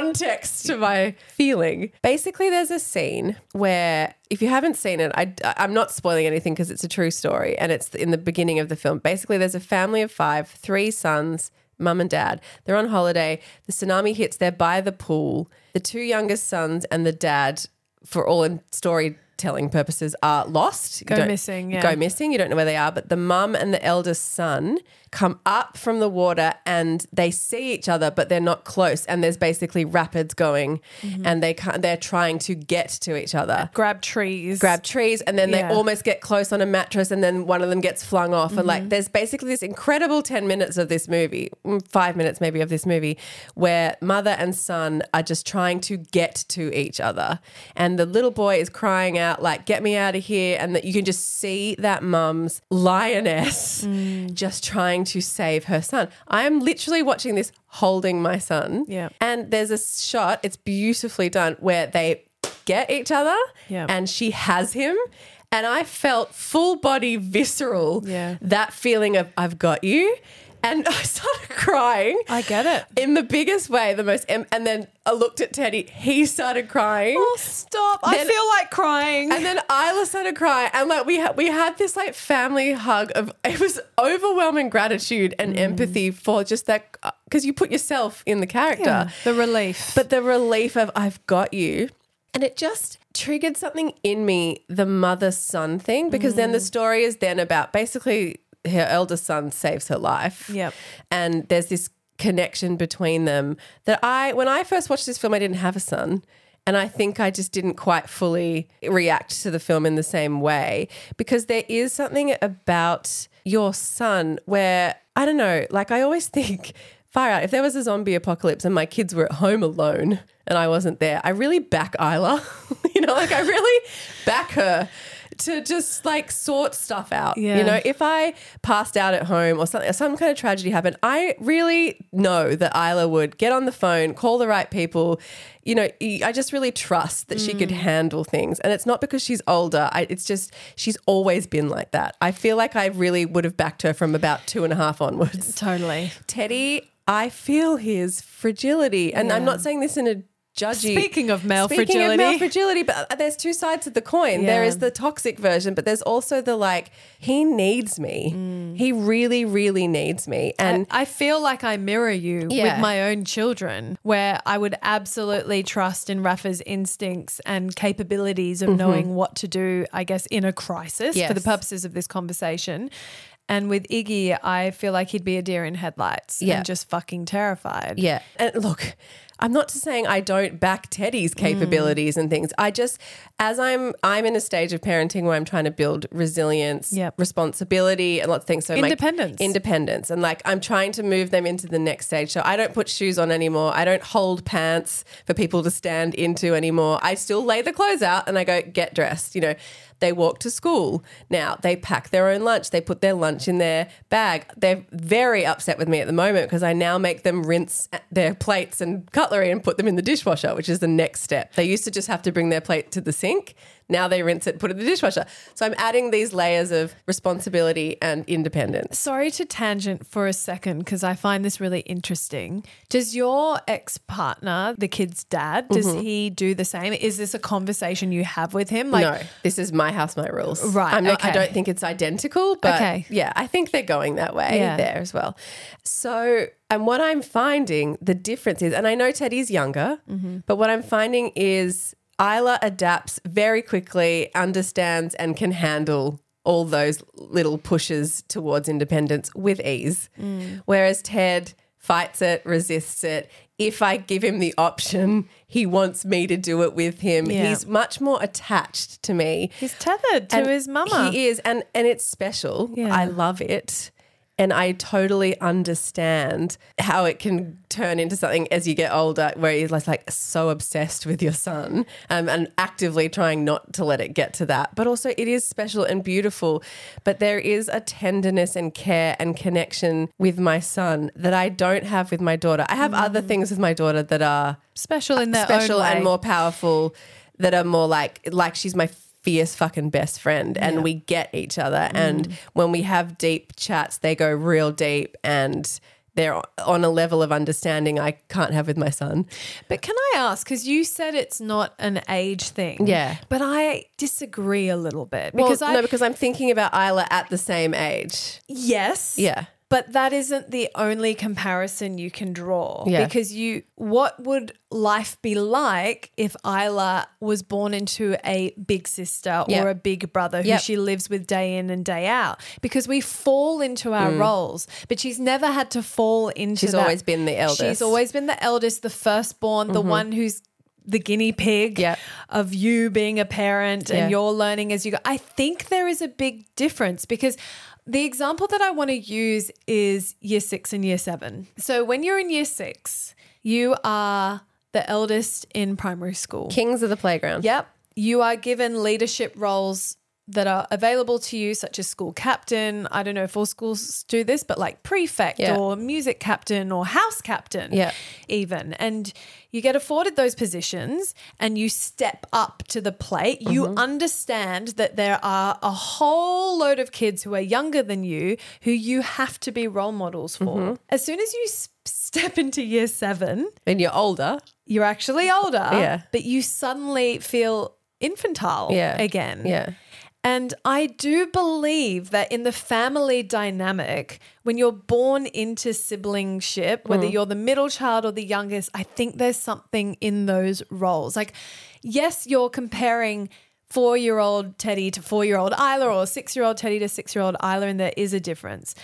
C: context to my feeling. Basically, there's a scene where, if you haven't seen it, I, I'm not spoiling anything because it's a true story and it's in the beginning of the film. Basically, there's a family of five, three sons, mum and dad. They're on holiday. The tsunami hits. They're by the pool. The two youngest sons and the dad, for all in story. Telling purposes are lost. You
A: Go
C: don't-
A: missing, yeah.
C: Go missing. You don't know where they are, but the mum and the eldest son come up from the water and they see each other, but they're not close. And there's basically rapids going, and they can't, they're trying to get to each other.
A: Grab trees.
C: Grab trees, and then they
A: Yeah.
C: almost get close on a mattress, and then one of them gets flung off. And
A: Mm-hmm.
C: like, there's basically this incredible 10 minutes of this movie, mm, five minutes maybe of this movie, where mother and son are just trying to get to each other. And the little boy is crying out, like, get me out of here. And that you can just see that mum's lioness
A: Mm.
C: just trying to save her son. I am literally watching this holding my son.
A: Yeah.
C: And there's a shot, it's beautifully done, where they get each other
A: Yeah.
C: and she has him. And I felt full body visceral
A: Yeah.
C: that feeling of I've got you. And I started crying.
A: I get it.
C: In the biggest way, the most. em- And then I looked at Teddy. He started crying.
A: Oh, stop. I
C: Then-
A: feel like crying.
C: And then Isla started crying, and like we had we had this like family hug of it was overwhelming gratitude
A: Mm.
C: and empathy for just that because you put yourself in the character.
A: Yeah, the relief.
C: But the relief of I've got you. And it just triggered something in me, the mother son thing, because then the story is then about basically her eldest son saves her life.
A: Yep.
C: And there's this connection between them that I, when I first watched this film, I didn't have a son. And I think I just didn't quite fully react to the film in the same way because there is something about your son where, I don't know, like I always think far out. If there was a zombie apocalypse and my kids were at home alone and I wasn't there, I really back Isla. you know, like I really back her to just like sort stuff out.
A: Yeah.
C: You know, if I passed out at home or something, some kind of tragedy happened, I really know that Isla would get on the phone, call the right people. You know, I just really trust that she could handle things. And it's not because she's older. I, it's just she's always been like that. I feel like I really would have backed her from about two and a half onwards.
A: totally.
C: Teddy, I feel his fragility. And I'm not saying this in a judgy.
A: Speaking of male
C: Speaking of
A: fragility.
C: male fragility, but uh, there's two sides of the coin. There
A: Yeah.
C: is the toxic version, but there's also the like, he needs me. He really, really needs me. And
A: Mm. I feel like I mirror you
C: Yeah.
A: with my own children, where I would absolutely trust in Rafa's instincts and capabilities of knowing what to do, I guess, in a crisis for the
C: Mm-hmm. Yes.
A: purposes of this conversation. And with Iggy, I feel like he'd be a deer in headlights
C: Yeah.
A: and just fucking terrified.
C: Yeah. And look, I'm not saying I don't back Teddy's
A: Mm.
C: capabilities and things. I just as I'm I'm in a stage of parenting where I'm trying to build resilience,
A: Yep.
C: responsibility and lots of things. So my-
A: Independence.
C: independence. And like I'm trying to move them into the next stage. So I don't put shoes on anymore. I don't hold pants for people to stand into anymore. I still lay the clothes out and I go, get dressed, you know. They walk to school. Now they pack their own lunch. They put their lunch in their bag. They're very upset with me at the moment because I now make them rinse their plates and cutlery and put them in the dishwasher, which is the next step. They used to just have to bring their plate to the sink. Now they rinse it, put it in the dishwasher. So I'm adding these layers of responsibility and independence.
A: Sorry to tangent for a second because I find this really interesting. Does your ex partner, the kid's dad, does
C: Mm-hmm.
A: he do the same? Is this a conversation you have with him? Like,
C: no, this is my house, my rules.
A: Right,
C: I'm not, I
A: okay.
C: don't think it's identical, but
A: Okay.
C: yeah, I think they're going that way
A: Yeah.
C: there as well. So, and what I'm finding the difference is, and I know Teddy's younger,
A: Mm-hmm.
C: but what I'm finding is Isla adapts very quickly, understands, and can handle all those little pushes towards independence with ease.
A: Mm.
C: Whereas Ted fights it, resists it. If I give him the option, he wants me to do it with him.
A: Yeah.
C: He's much more attached to me.
A: He's tethered to
C: And
A: his mama.
C: He is, and and it's special.
A: Yeah.
C: I love it. And I totally understand how it can turn into something as you get older, where you're like, like so obsessed with your son um, and actively trying not to let it get to that. But also, it is special and beautiful. But there is a tenderness and care and connection with my son that I don't have with my daughter. I have other
A: Mm.
C: things with my daughter that are
A: special in their
C: special
A: own way.
C: and more powerful that are more like like she's my fierce fucking best friend and we get each other and
A: Mm.
C: when we have deep chats they go real deep and they're on a level of understanding I can't have with my son.
A: But can I ask? Because you said it's not an age thing.
C: Yeah.
A: But I disagree a little bit because
C: well,
A: I
C: no, because I'm thinking about Isla at the same age.
A: yes.
C: Yeah.
A: But that isn't the only comparison you can draw.
C: Yeah.
A: Because you what would life be like if Isla was born into a big sister
C: Yeah.
A: or a big brother who
C: Yep.
A: she lives with day in and day out? Because we fall into our roles. But she's never had to fall into
C: Mm. She's
A: that-
C: always been the
A: She's
C: eldest. Mm-hmm.
A: always been the eldest, the firstborn, the one who's the guinea pig
C: Yep.
A: of you being a parent
C: Yeah.
A: and you're learning as you go. I think there is a big difference because the example that I want to use is year six and year seven. So when you're in year six, you are the eldest in primary school.
C: Kings of the playground.
A: Yep. You are given leadership roles that are available to you, such as school captain. I don't know if all schools do this, but like prefect
C: Yeah.
A: or music captain or house captain,
C: Yeah.
A: even. And you get afforded those positions and you step up to the plate. You
C: Mm-hmm.
A: understand that there are a whole load of kids who are younger than you who you have to be role models for.
C: Mm-hmm.
A: As soon as you s- step into year seven,
C: And you're older.
A: you're actually older,
C: Yeah.
A: but you suddenly feel infantile
C: Yeah.
A: again.
C: Yeah.
A: And I do believe that in the family dynamic, when you're born into siblingship, whether you're the middle child or the youngest, I think there's something in those roles. Like, yes, you're comparing four year old Teddy to four year old Isla or six year old Teddy to six year old Isla, and there is a difference.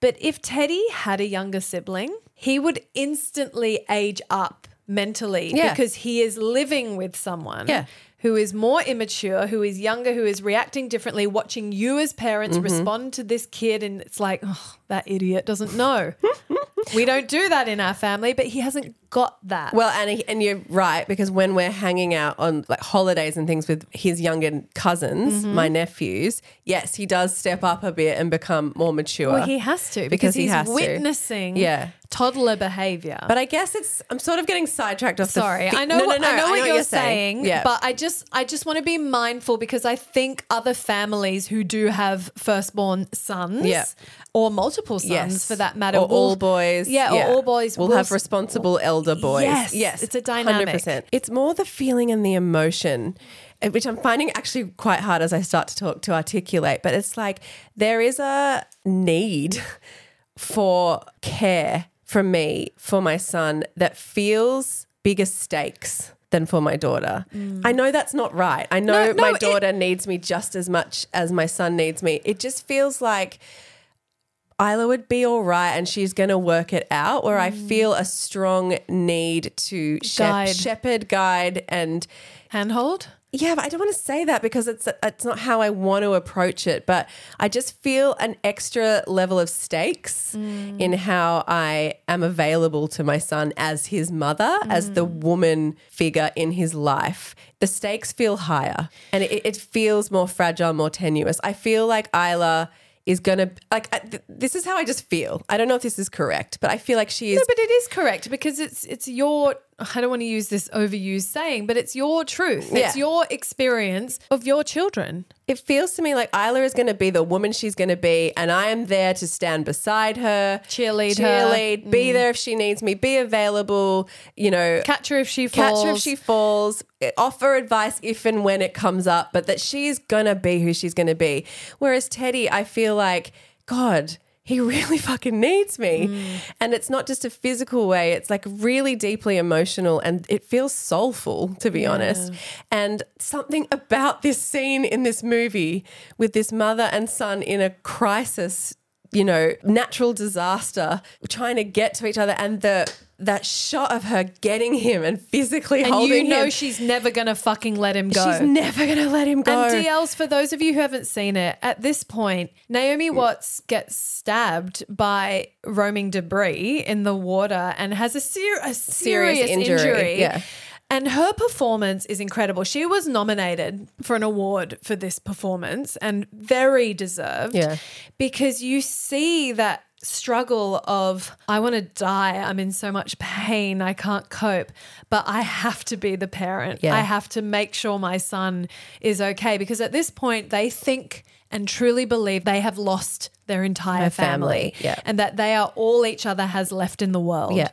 A: But if Teddy had a younger sibling, he would instantly age up mentally
C: Yeah.
A: because he is living with someone
C: Yeah.
A: who is more immature, who is younger, who is reacting differently, watching you as parents
C: Mm-hmm.
A: respond to this kid. And it's like, oh, that idiot doesn't know. we don't do that in our family, but he hasn't got that.
C: Well, and and you're right because when we're hanging out on like holidays and things with his younger cousins,
A: Mm-hmm.
C: my nephews, yes, he does step up a bit and become more mature.
A: Well, he has to because,
C: because he
A: he's
C: has to.
A: witnessing
C: Yeah.
A: toddler behavior.
C: but I guess it's I'm sort of getting sidetracked off.
A: Sorry,
C: the fi-
A: I know, what, I know what you're, saying,
C: Yeah,
A: but I just I just want to be mindful because I think other families who do have firstborn sons
C: Yeah.
A: or multiple sons
C: yes,
A: for that matter
C: or
A: will-
C: all boys.
A: Yeah, or all boys
C: will
A: will
C: have
A: s-
C: responsible elder boys.
A: Yes,
C: yes,
A: it's a dynamic.
C: 100%. It's more the feeling and the emotion, eh, which I'm finding actually quite hard as I start to talk to articulate. But it's like there is a need for care from me for my son that feels bigger stakes than for my daughter. I know that's not right. I know
A: Mm. No, no,
C: my
A: it-
C: daughter needs me just as much as my son needs me. It just feels like Isla would be all right and she's going to work it out. Where I feel a strong need to shep-
A: Guide.
C: shepherd, guide, and
A: handhold.
C: yeah, but I don't want to say that because it's it's not how I want to approach it. But I just feel an extra level of stakes in how I am available to my son as his mother, as the woman figure in his life. The stakes feel higher, and it, it feels more fragile, more tenuous. I feel like Isla is gonna like I, th- this is how I just feel. I don't know if this is correct, but I feel like she is.
A: No, but it is correct because it's it's your I don't want to use this overused saying, but it's your truth.
C: Yeah.
A: It's your experience of your children.
C: it feels to me like Isla is going to be the woman she's going to be, and I am there to stand beside her, Mm.
A: Cheerlead her.
C: cheerlead, be there if she needs me, be available. You know,
A: Catch her if she
C: catch
A: falls.
C: her if she falls, eh, offer advice if and when it comes up, but that she's gonna be who she's gonna be. Whereas Teddy, I feel like, God, he really fucking needs me. And it's not just a physical way, it's like really deeply emotional and it feels soulful, to be honest. And something about this scene in this movie with this mother and son in a crisis you know, natural disaster, trying to get to each other, and the that shot of her getting him and physically
A: and
C: holding
A: you know
C: him.
A: she's never gonna fucking let him go.
C: She's never gonna let him go.
A: And DLs, for those of you who haven't seen it, at this point,
C: Mm.
A: Naomi Watts gets stabbed by roaming debris in the water and has a, ser- a serious,
C: injury,
A: injury.
C: yeah.
A: And her performance is incredible. She was nominated for an award for this performance and very deserved
C: Yeah.
A: because you see that struggle of I want to die, I'm in so much pain, I can't cope, but I have to be the parent.
C: Yeah.
A: I have to make sure my son is okay because at this point they think and truly believe they have lost their entire family,
C: family, yeah.
A: and that they are all each other has left in the world.
C: Yeah.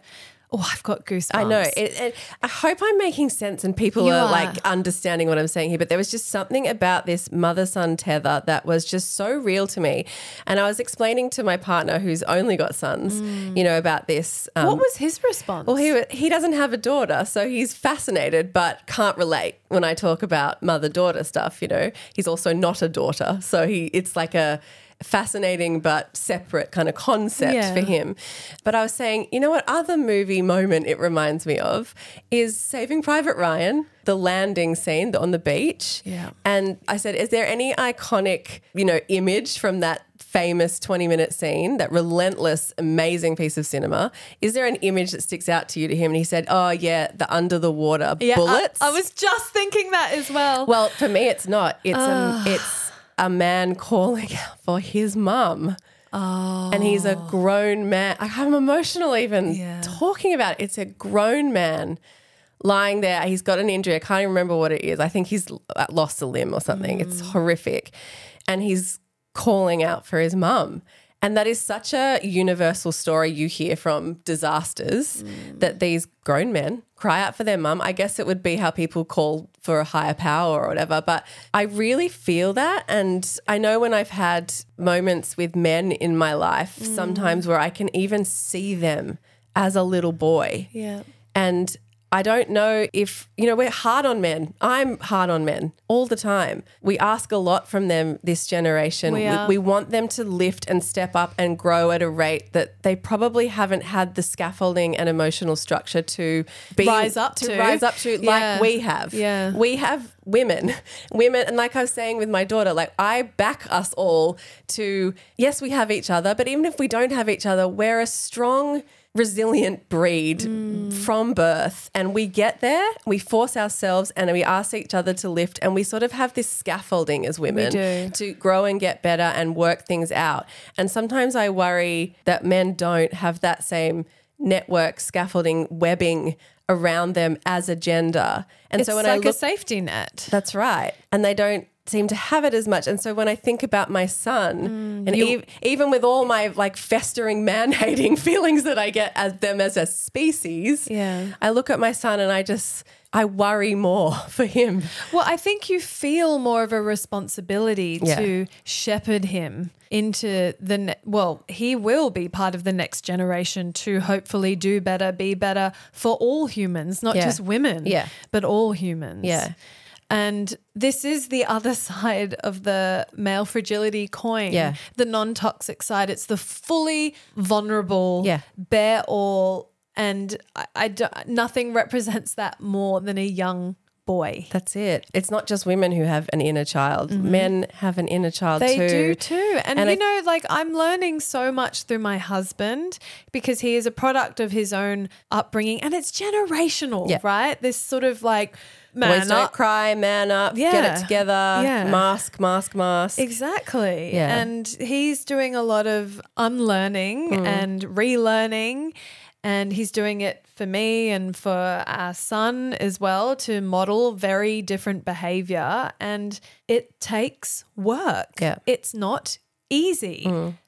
A: Oh, I've got goosebumps.
C: I know. It, it, I hope I'm making sense and people
A: You
C: are,
A: are.
C: like understanding what I'm saying here. But there was just something about this mother son tether that was just so real to me. And I was explaining to my partner, who's only got sons, you know, about this. Um,
A: Mm. what was his response?
C: Well, he wa- he doesn't have a daughter, so he's fascinated but can't relate when I talk about mother daughter stuff. You know, he's also not a daughter, so he it's like a fascinating but separate kind of concept
A: Yeah.
C: for him. But I was saying, you know, what other movie moment it reminds me of is Saving Private Ryan, the landing scene on the beach.
A: Yeah.
C: And I said, is there any iconic, you know, image from that famous 20 minute scene, that relentless, amazing piece of cinema? Is there an image that sticks out to you to him? And he said, oh, yeah, the under the water
A: Yeah, I-
C: bullets.
A: I, was just thinking that as well.
C: well, for me, it's not. It's, a, it's a man calling out for his mum.
A: Oh,
C: And he's a grown man. I- I'm emotional even
A: Yeah.
C: talking about it. It's a grown man lying there. He's got an injury. I can't even remember what it is. I think he's l- uh, lost a limb or something. It's horrific. And he's calling out for his mum. And that is such a universal story you hear from disasters that these grown men cry out for their mum. I guess it would be how people call for a higher power or whatever. But I really feel that. And I know when I've had moments with men in my life, sometimes where I can even see them as a little boy.
A: yeah.
C: And I don't know if, you know, we're hard on men. I'm hard on men all the time. We ask a lot from them this generation.
A: We are.
C: we want them to lift and step up and grow at a rate that they probably haven't had the scaffolding and emotional structure to be,
A: Rise up to.
C: rise up to
A: Yeah.
C: like we have.
A: Yeah.
C: We have women, women, and like I was saying with my daughter, like I back us all to, yes, we have each other, but even if we don't have each other, we're a strong, resilient breed
A: Mm.
C: from birth. And we get there, we force ourselves, and we ask each other to lift. And we sort of have this scaffolding as women
A: do.
C: to grow and get better and work things out. And sometimes I worry that men don't have that same network, scaffolding, webbing around them as a gender. And
A: It's
C: so when
A: like
C: I look
A: a safety net.
C: that's right. And they don't seem to have it as much. And so when I think about my son,
A: Mm.
C: and ev- even with all my like festering man hating feelings that I get as them as a species,
A: Yeah.
C: I look at my son and I just I worry more for him.
A: Well, I think you feel more of a responsibility
C: Yeah.
A: to shepherd him into the ne- well, he will be part of the next generation to hopefully do better, be better for all humans, not
C: Yeah.
A: just women,
C: Yeah.
A: but all humans.
C: Yeah.
A: And this is the other side of the male fragility coin.
C: Yeah.
A: The non toxic side. It's the fully vulnerable,
C: Yeah.
A: bear all. And I, I do, nothing represents that more than a young boy.
C: That's it. It's not just women who have an inner child. Men have an inner child
A: Mm-hmm. They
C: too.
A: do too. And,
C: And
A: you
C: I-
A: know, like I'm learning so much through my husband because he is a product of his own upbringing and it's generational,
C: Yeah.
A: right? This sort of like man
C: Boys
A: up.
C: don't cry, man up,
A: Yeah.
C: get it together,
A: Yeah.
C: mask, mask, mask.
A: Exactly.
C: Yeah.
A: And he's doing a lot of unlearning
C: Hmm.
A: and relearning. And he's doing it for me and for our son as well to model very different behavior. And it takes work.
C: Yeah. Hmm.
A: It's not easy,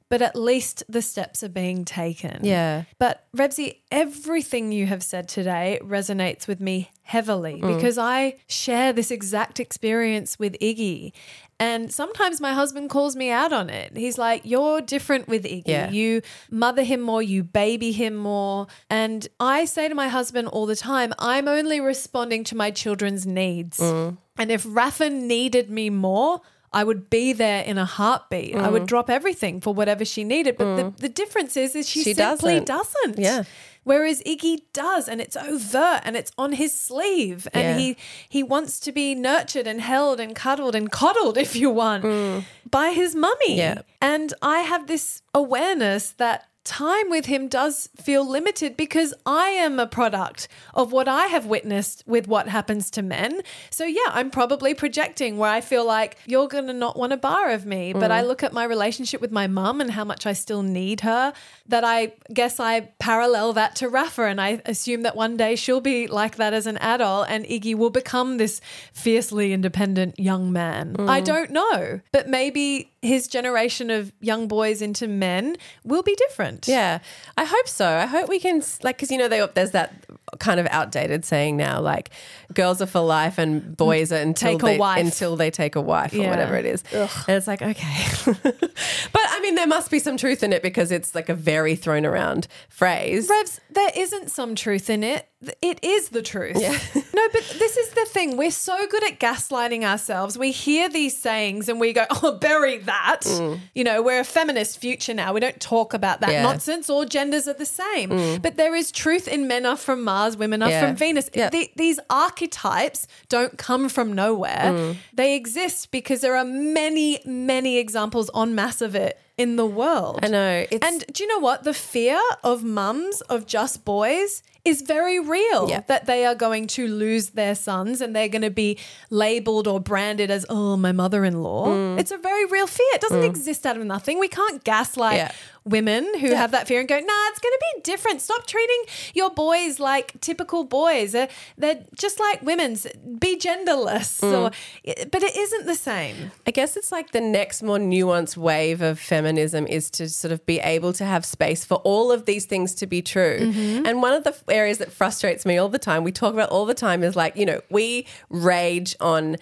A: but at least the steps are being taken.
C: Yeah.
A: But Rebsy, everything you have said today resonates with me heavily because I share this exact experience with Iggy. And sometimes my husband calls me out on it. He's like, You're different with Iggy.
C: Yeah.
A: You mother him more, you baby him more. And I say to my husband all the time, I'm only responding to my children's needs. And if Rafa needed me more, I would be there in a heartbeat. I would drop everything for whatever she needed. But the, the difference is, is she,
C: She
A: simply
C: doesn't.
A: doesn't.
C: Yeah.
A: Whereas Iggy does, and it's overt, and it's on his sleeve, and
C: Yeah.
A: he he wants to be nurtured and held and cuddled and coddled, if you want, by his mummy.
C: Mm. Yeah.
A: And I have this awareness that time with him does feel limited because I am a product of what I have witnessed with what happens to men. So, yeah, I'm probably projecting where I feel like you're going to not want a bar of me. But
C: Mm.
A: I look at my relationship with my mum and how much I still need her, that I guess I parallel that to Rafa and I assume that one day she'll be like that as an adult and Iggy will become this fiercely independent young man. I don't know, but maybe his generation of young boys into men will be different.
C: Yeah, I hope so. I hope we can s- like because you know they, there's that kind of outdated saying now, like girls are for life and boys are until
A: Take a
C: they
A: wife.
C: until they take a wife
A: Yeah.
C: or whatever it is. And it's like okay, but I mean there must be some truth in it because it's like a very thrown around phrase.
A: Revs, there isn't some truth in it. Th- It is the truth. no, but this is the thing. We're so good at gaslighting ourselves. We hear these sayings and we go, oh, bury that. You know, we're a feminist future now. We don't talk about that
C: Mm. Yeah. Mm.
A: nonsense. All genders are the same. But there is truth in men are from Mars, women are
C: Yeah.
A: from Venus.
C: Yeah.
A: The- these archetypes don't come from nowhere.
C: Mm.
A: They exist because there are many, many examples en masse of it in the world.
C: I know. It's,
A: And do you know what? The fear of mums of just boys is very real
C: Yeah.
A: that they are going to lose their sons and they're going to be labeled or branded as, oh, my mother in law.
C: Mm.
A: It's a very real fear. It doesn't exist out of nothing. We can't gaslight
C: Yeah.
A: women who have that fear and go, nah, it's going to be different. Stop treating your boys like typical boys. They're, they're just like women's. Be genderless.
C: Mm.
A: Or, but it isn't the same.
C: I guess it's like the next more nuanced wave of feminism is to sort of be able to have space for all of these things to be true. And one of the f- areas that frustrates me all the time, we talk about all the time, is like, you know, we rage on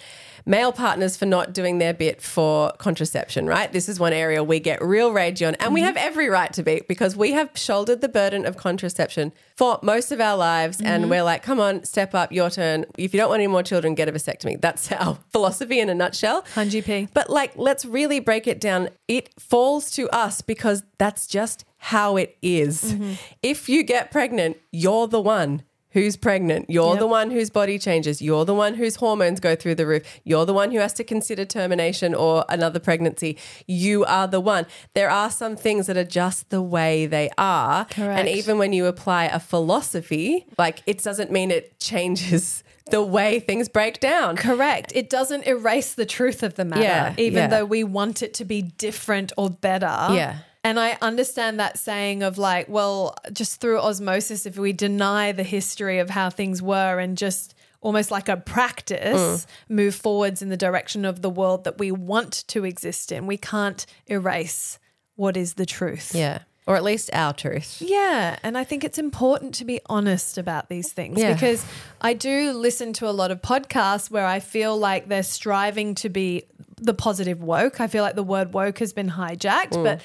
C: male partners for not doing their bit for contraception, right? This is one area we get real rage on. And we have every right to be because we have shouldered the burden of contraception for most of our lives. And we're like, come on, step up, your turn. If you don't want any more children, get a vasectomy. That's our philosophy in a nutshell.
A: 100p.
C: But like, let's really break it down. It falls to us because that's just how it is. If you get pregnant, you're the one who's pregnant. You're the one whose body changes. You're the one whose hormones go through the roof. You're the one who has to consider termination or another pregnancy. You are the one. There are some things that are just the way they are.
A: Correct.
C: And even when you apply a philosophy, like it doesn't mean it changes the way things break down.
A: Correct. It doesn't erase the truth of the matter,
C: Yeah,
A: even
C: yeah.
A: though we want it to be different or better.
C: Yeah.
A: And I understand that saying of like, well, just through osmosis, if we deny the history of how things were and just almost like a practice
C: Mm.
A: move forwards in the direction of the world that we want to exist in, we can't erase what is the truth.
C: Yeah. Or at least our truth.
A: Yeah, and I think it's important to be honest about these things
C: Yeah.
A: because I do listen to a lot of podcasts where I feel like they're striving to be the positive woke. I feel like the word woke has been hijacked,
C: Mm.
A: but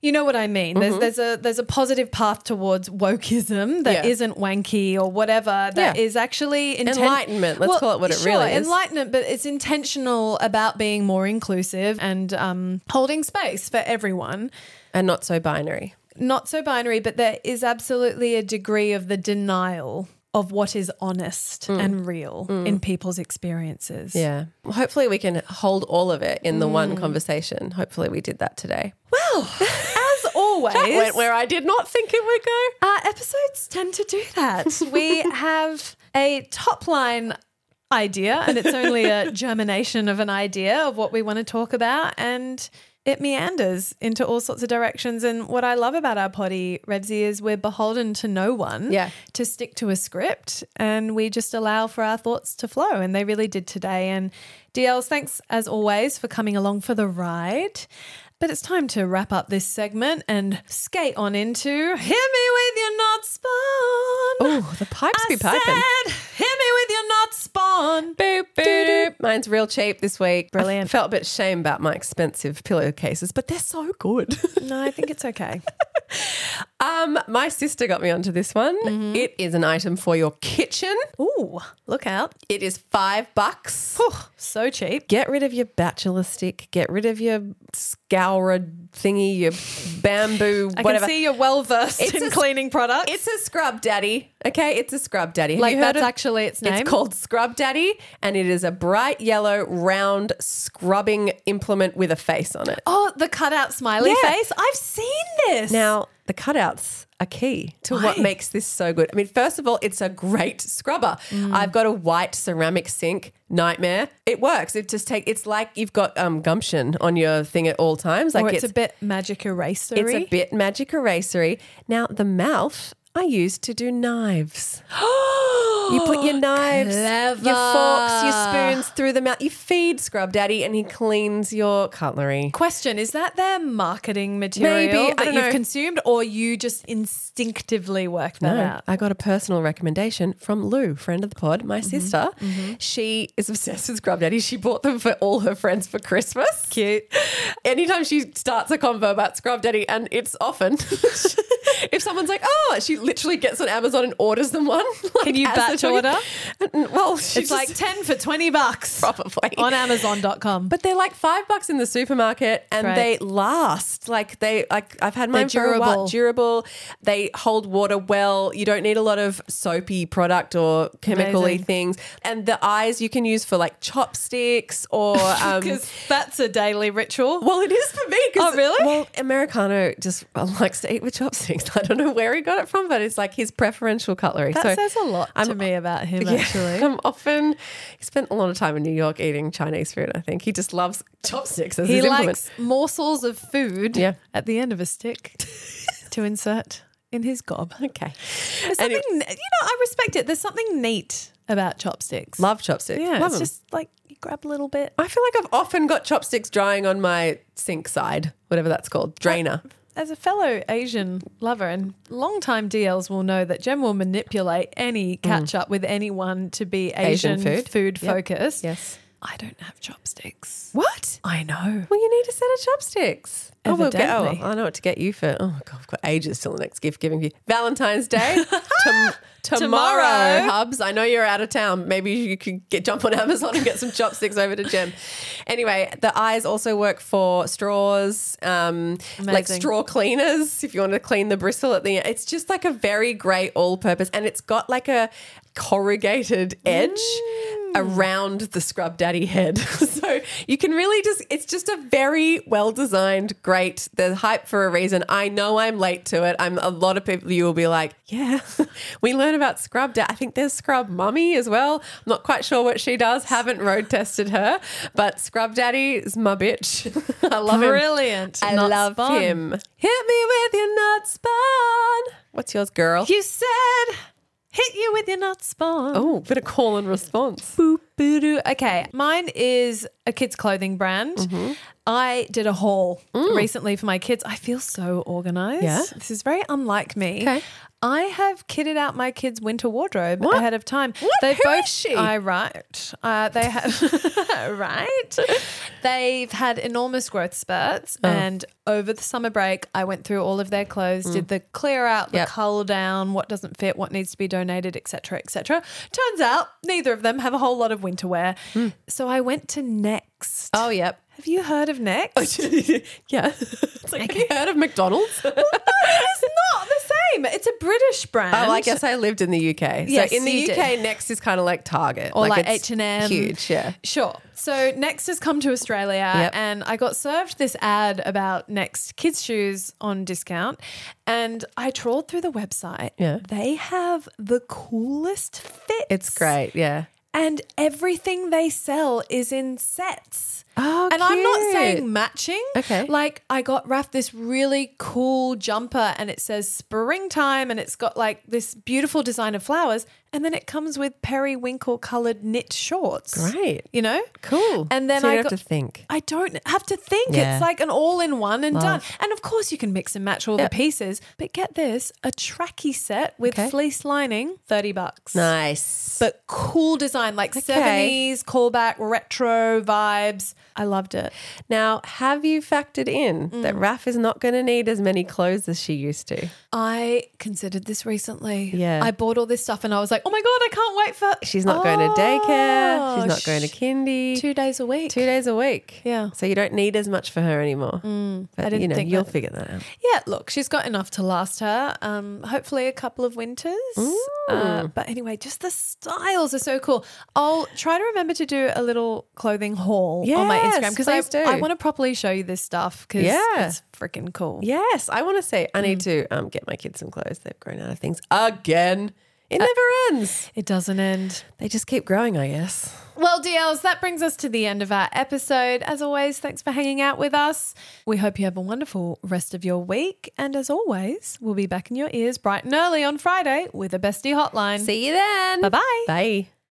A: you know what I mean.
C: Mm-hmm.
A: There's there's a there's a positive path towards wokeism that
C: Yeah.
A: not wanky or whatever That
C: Yeah.
A: is actually inten-
C: Enlightenment, let's call it what it
A: sure,
C: really is.
A: Enlightenment, but it's intentional about being more inclusive and um, holding space for everyone
C: and not so binary.
A: not so binary, but there is absolutely a degree of the denial of what is honest and real in people's experiences.
C: Mm. Yeah. Mm. Hopefully, we can hold all of it in the one conversation. Hopefully, we did that today.
A: Well, as always,
C: Went where I did not think it would go.
A: Our episodes tend to do that. We have a top line idea, and it's only a germination of an idea of what we want to talk about, and it meanders into all sorts of directions. And what I love about our potty, Revsy, is we're beholden to no one
C: Yeah.
A: to stick to a script, and we just allow for our thoughts to flow. And they really did today. And DLs, thanks as always for coming along for the ride. But it's time to wrap up this segment and skate on into Hit Me With Your Not Spawn.
C: Oh, the pipes be piping.
A: I said, Hit Me With Your Not Spawn.
C: Boop, boop, doop. Mine's real cheap this week.
A: Brilliant.
C: I felt a bit shame about my expensive pillowcases, but they're so good.
A: No, I think it's okay.
C: um, my sister got me onto this one. It is an item for your kitchen.
A: Ooh, look out.
C: It is five bucks.
A: So cheap.
C: Get rid of your bachelor stick. Get rid of your scourer thingy, your bamboo,
A: I
C: whatever.
A: can see you're well versed
C: It's
A: in
C: a s-
A: cleaning products.
C: It's a scrub daddy. Okay, it's a scrub daddy. Have
A: like
C: you heard
A: that's
C: of-
A: actually its name.
C: It's called Scrub Daddy, and it is a bright yellow, round scrubbing implement with a face on it.
A: Oh, the cutout smiley
C: Yeah.
A: face. I've seen this.
C: Now, the cutouts are key to what
A: Why?
C: makes this so good. I mean, first of all, it's a great scrubber.
A: Mm.
C: I've got a white ceramic sink, nightmare. It works. It just take. It's like you've got um, gumption on your thing at all times. Like
A: or it's, a bit magic eraser.
C: it's a bit magic erasery. Now, the mouth I use to do knives. you put your knives, your forks, your spoons through the mouth. You feed Scrub Daddy and he cleans your cutlery.
A: Question Is that their marketing material
C: Maybe, I
A: that
C: don't
A: you've
C: know.
A: consumed, or you just instinctively work that
C: No,
A: out?
C: I got a personal recommendation from Lou, friend of the pod,
A: Mm-hmm.
C: my sister. She is obsessed with Scrub Daddy. She bought them for all her friends for Christmas. Cute. Anytime she starts a convo about Scrub Daddy, and it's often, if someone's like, "Oh," she literally gets on Amazon and orders them one. like,
A: you
C: as they're
A: batch
C: talking.
A: order?
C: And- Well, she
A: It's
C: just-
A: like 10 for 20 bucks
C: probably
A: on Amazon.com.
C: But they're like five bucks in the supermarket, and
A: Right.
C: they last. Like they, like I've had mine
A: They're
C: for a while.
A: durable.
C: Durable. They hold water well. You don't need a lot of soapy product or chemically
A: Amazing.
C: things. And the eyes you can use for like chopsticks or um,
A: because that's a daily ritual.
C: well, it is for me. 'cause-
A: Oh, really?
C: Well, Americano just uh, likes to eat with chopsticks. I don't know where he got it from, but it's like his preferential cutlery.
A: That
C: so
A: says a lot to
C: I'm-
A: me about him,
C: Yeah.
A: actually.
C: I'm often he spent a lot of time in New York eating Chinese food. I think he just loves chopsticks as
A: He
C: his implement.
A: likes morsels of food
C: Yeah.
A: at the end of a stick to insert in his gob.
C: Okay,
A: There's
C: Anyway.
A: something, you know, I respect it. There's something neat about chopsticks.
C: love chopsticks.
A: yeah,
C: love
A: it's
C: 'em.
A: just like you grab a little bit.
C: I feel like I've often got chopsticks drying on my sink side, whatever that's called, drainer.
A: As a fellow Asian lover and long-time DLs will know that Jem will manipulate any catch up with anyone to be Asian,
C: Mm. Asian
A: food,
C: food. Yep.
A: focused.
C: Yes.
A: I don't have chopsticks.
C: What?
A: I know.
C: Well, you need a set of chopsticks. Oh, we'll get, oh,
A: Evidently.
C: I know what to get you for. Oh, God, I've got ages till the next gift giving you. Valentine's Day. Tom- tomorrow,
A: Tomorrow.
C: Hubs. I know you're out of town. Maybe you could get jump on Amazon and get some chopsticks over to Jem. Anyway, the eyes also work for straws, um, like
A: Amazing.
C: straw cleaners if you want to clean the bristle at the end. It's just like a very great all purpose and it's got like a corrugated edge. Around the scrub daddy head. so you can really just, it's just a very well designed, great, the hype for a reason. I know I'm late to it. I'm a lot of people, you will be like, yeah, we learn about scrub dad. I think there's scrub mummy as well. I'm not quite sure what she does. Haven't road tested her, but scrub daddy is my bitch. I love him.
A: Brilliant.
C: I
A: Not
C: love
A: spun.
C: him. Hit me with your nut spawn. What's yours, girl?
A: You said hit you with your nuts spawn.
C: oh, bit of call and response.
A: Boop, boo, doo. Okay, mine is a kids' clothing brand.
C: Mm-hmm.
A: I did a haul recently for my kids. I feel so organized.
C: Mm. Yeah.
A: This is very unlike me.
C: Okay.
A: I have kitted out my kids' winter wardrobe ahead of time.
C: What?
A: They've
C: Who
A: both
C: is she?
A: I right. Uh, they have right. They've had enormous growth spurts,
C: Oh.
A: and over the summer break, I went through all of their clothes, did the clear out, the
C: Mm. Yep.
A: cull down, what doesn't fit, what needs to be donated, etc., etc.
C: Hmm. Oh.
A: Turns out neither of them have a whole lot of winter wear, so I went to Next.
C: yep.
A: Have you heard of Next? it's
C: yeah. It's like, Have you heard of McDonald's?
A: not the same. It's a British brand.
C: Oh, I guess I lived in the UK.
A: Yes,
C: so in
A: you
C: the
A: did.
C: UK, Next is kind of like Target
A: Or like
C: it's
A: H&M.
C: Huge, yeah.
A: Sure. So Next has come to Australia,
C: Yep.
A: and I got served this ad about Next kids' shoes on discount, and I trawled through the website.
C: Yeah.
A: they have the coolest fits.
C: It's great, yeah.
A: and everything they sell is in sets.
C: Oh,
A: and I'm not saying
C: cute.
A: matching.
C: Okay.
A: Like I got Raf this really cool jumper and it says springtime and it's got like this beautiful design of flowers and then it comes with periwinkle colored knit shorts.
C: Great.
A: You know?
C: Cool.
A: And then
C: So you
A: I
C: don't
A: got
C: have to think.
A: I don't have to think.
C: Yeah.
A: It's like an all in one and done.
C: Love.
A: And of course you can mix and match all
C: Yep.
A: the pieces, but get this, a tracky set with
C: Okay.
A: fleece lining, 30 bucks
C: Nice.
A: but cool design, like
C: Okay.
A: 70s callback retro vibes. I loved it.
C: Now, have you factored in
A: Mm.
C: that Raf is not going to need as many clothes as she used to?
A: I considered this recently.
C: Yeah.
A: I bought all this stuff and I was like, oh my God, I can't wait for.
C: She's not going to daycare. She's
A: Oh,
C: not going to
A: sh-
C: kindy.
A: Two days a week.
C: Two days a week.
A: Yeah. Mm,
C: So you don't need as much for her anymore. but
A: didn't
C: you know,
A: think
C: you'll
A: that-
C: figure that out.
A: Yeah, look, she's got enough to last her. Um, hopefully, a couple of winters. Uh, but anyway, just the styles are so cool. I'll try to remember to do a little clothing haul on my
C: Yes,
A: Instagram because
C: please do.
A: I, I want to properly show you this stuff because
C: Yeah.
A: it's freaking cool.
C: Yes, I want to say I
A: Mm.
C: need to um, get my kids some clothes. They've grown out of things again. It
A: Uh,
C: never ends.
A: It doesn't end.
C: They just keep growing, I guess.
A: Well, DLs, that brings us to the end of our episode. As always, thanks for hanging out with us. We hope you have a wonderful rest of your week. And as always, we'll be back in your ears bright and early on Friday with a bestie hotline.
C: See you then.
A: Bye-bye.
C: Bye.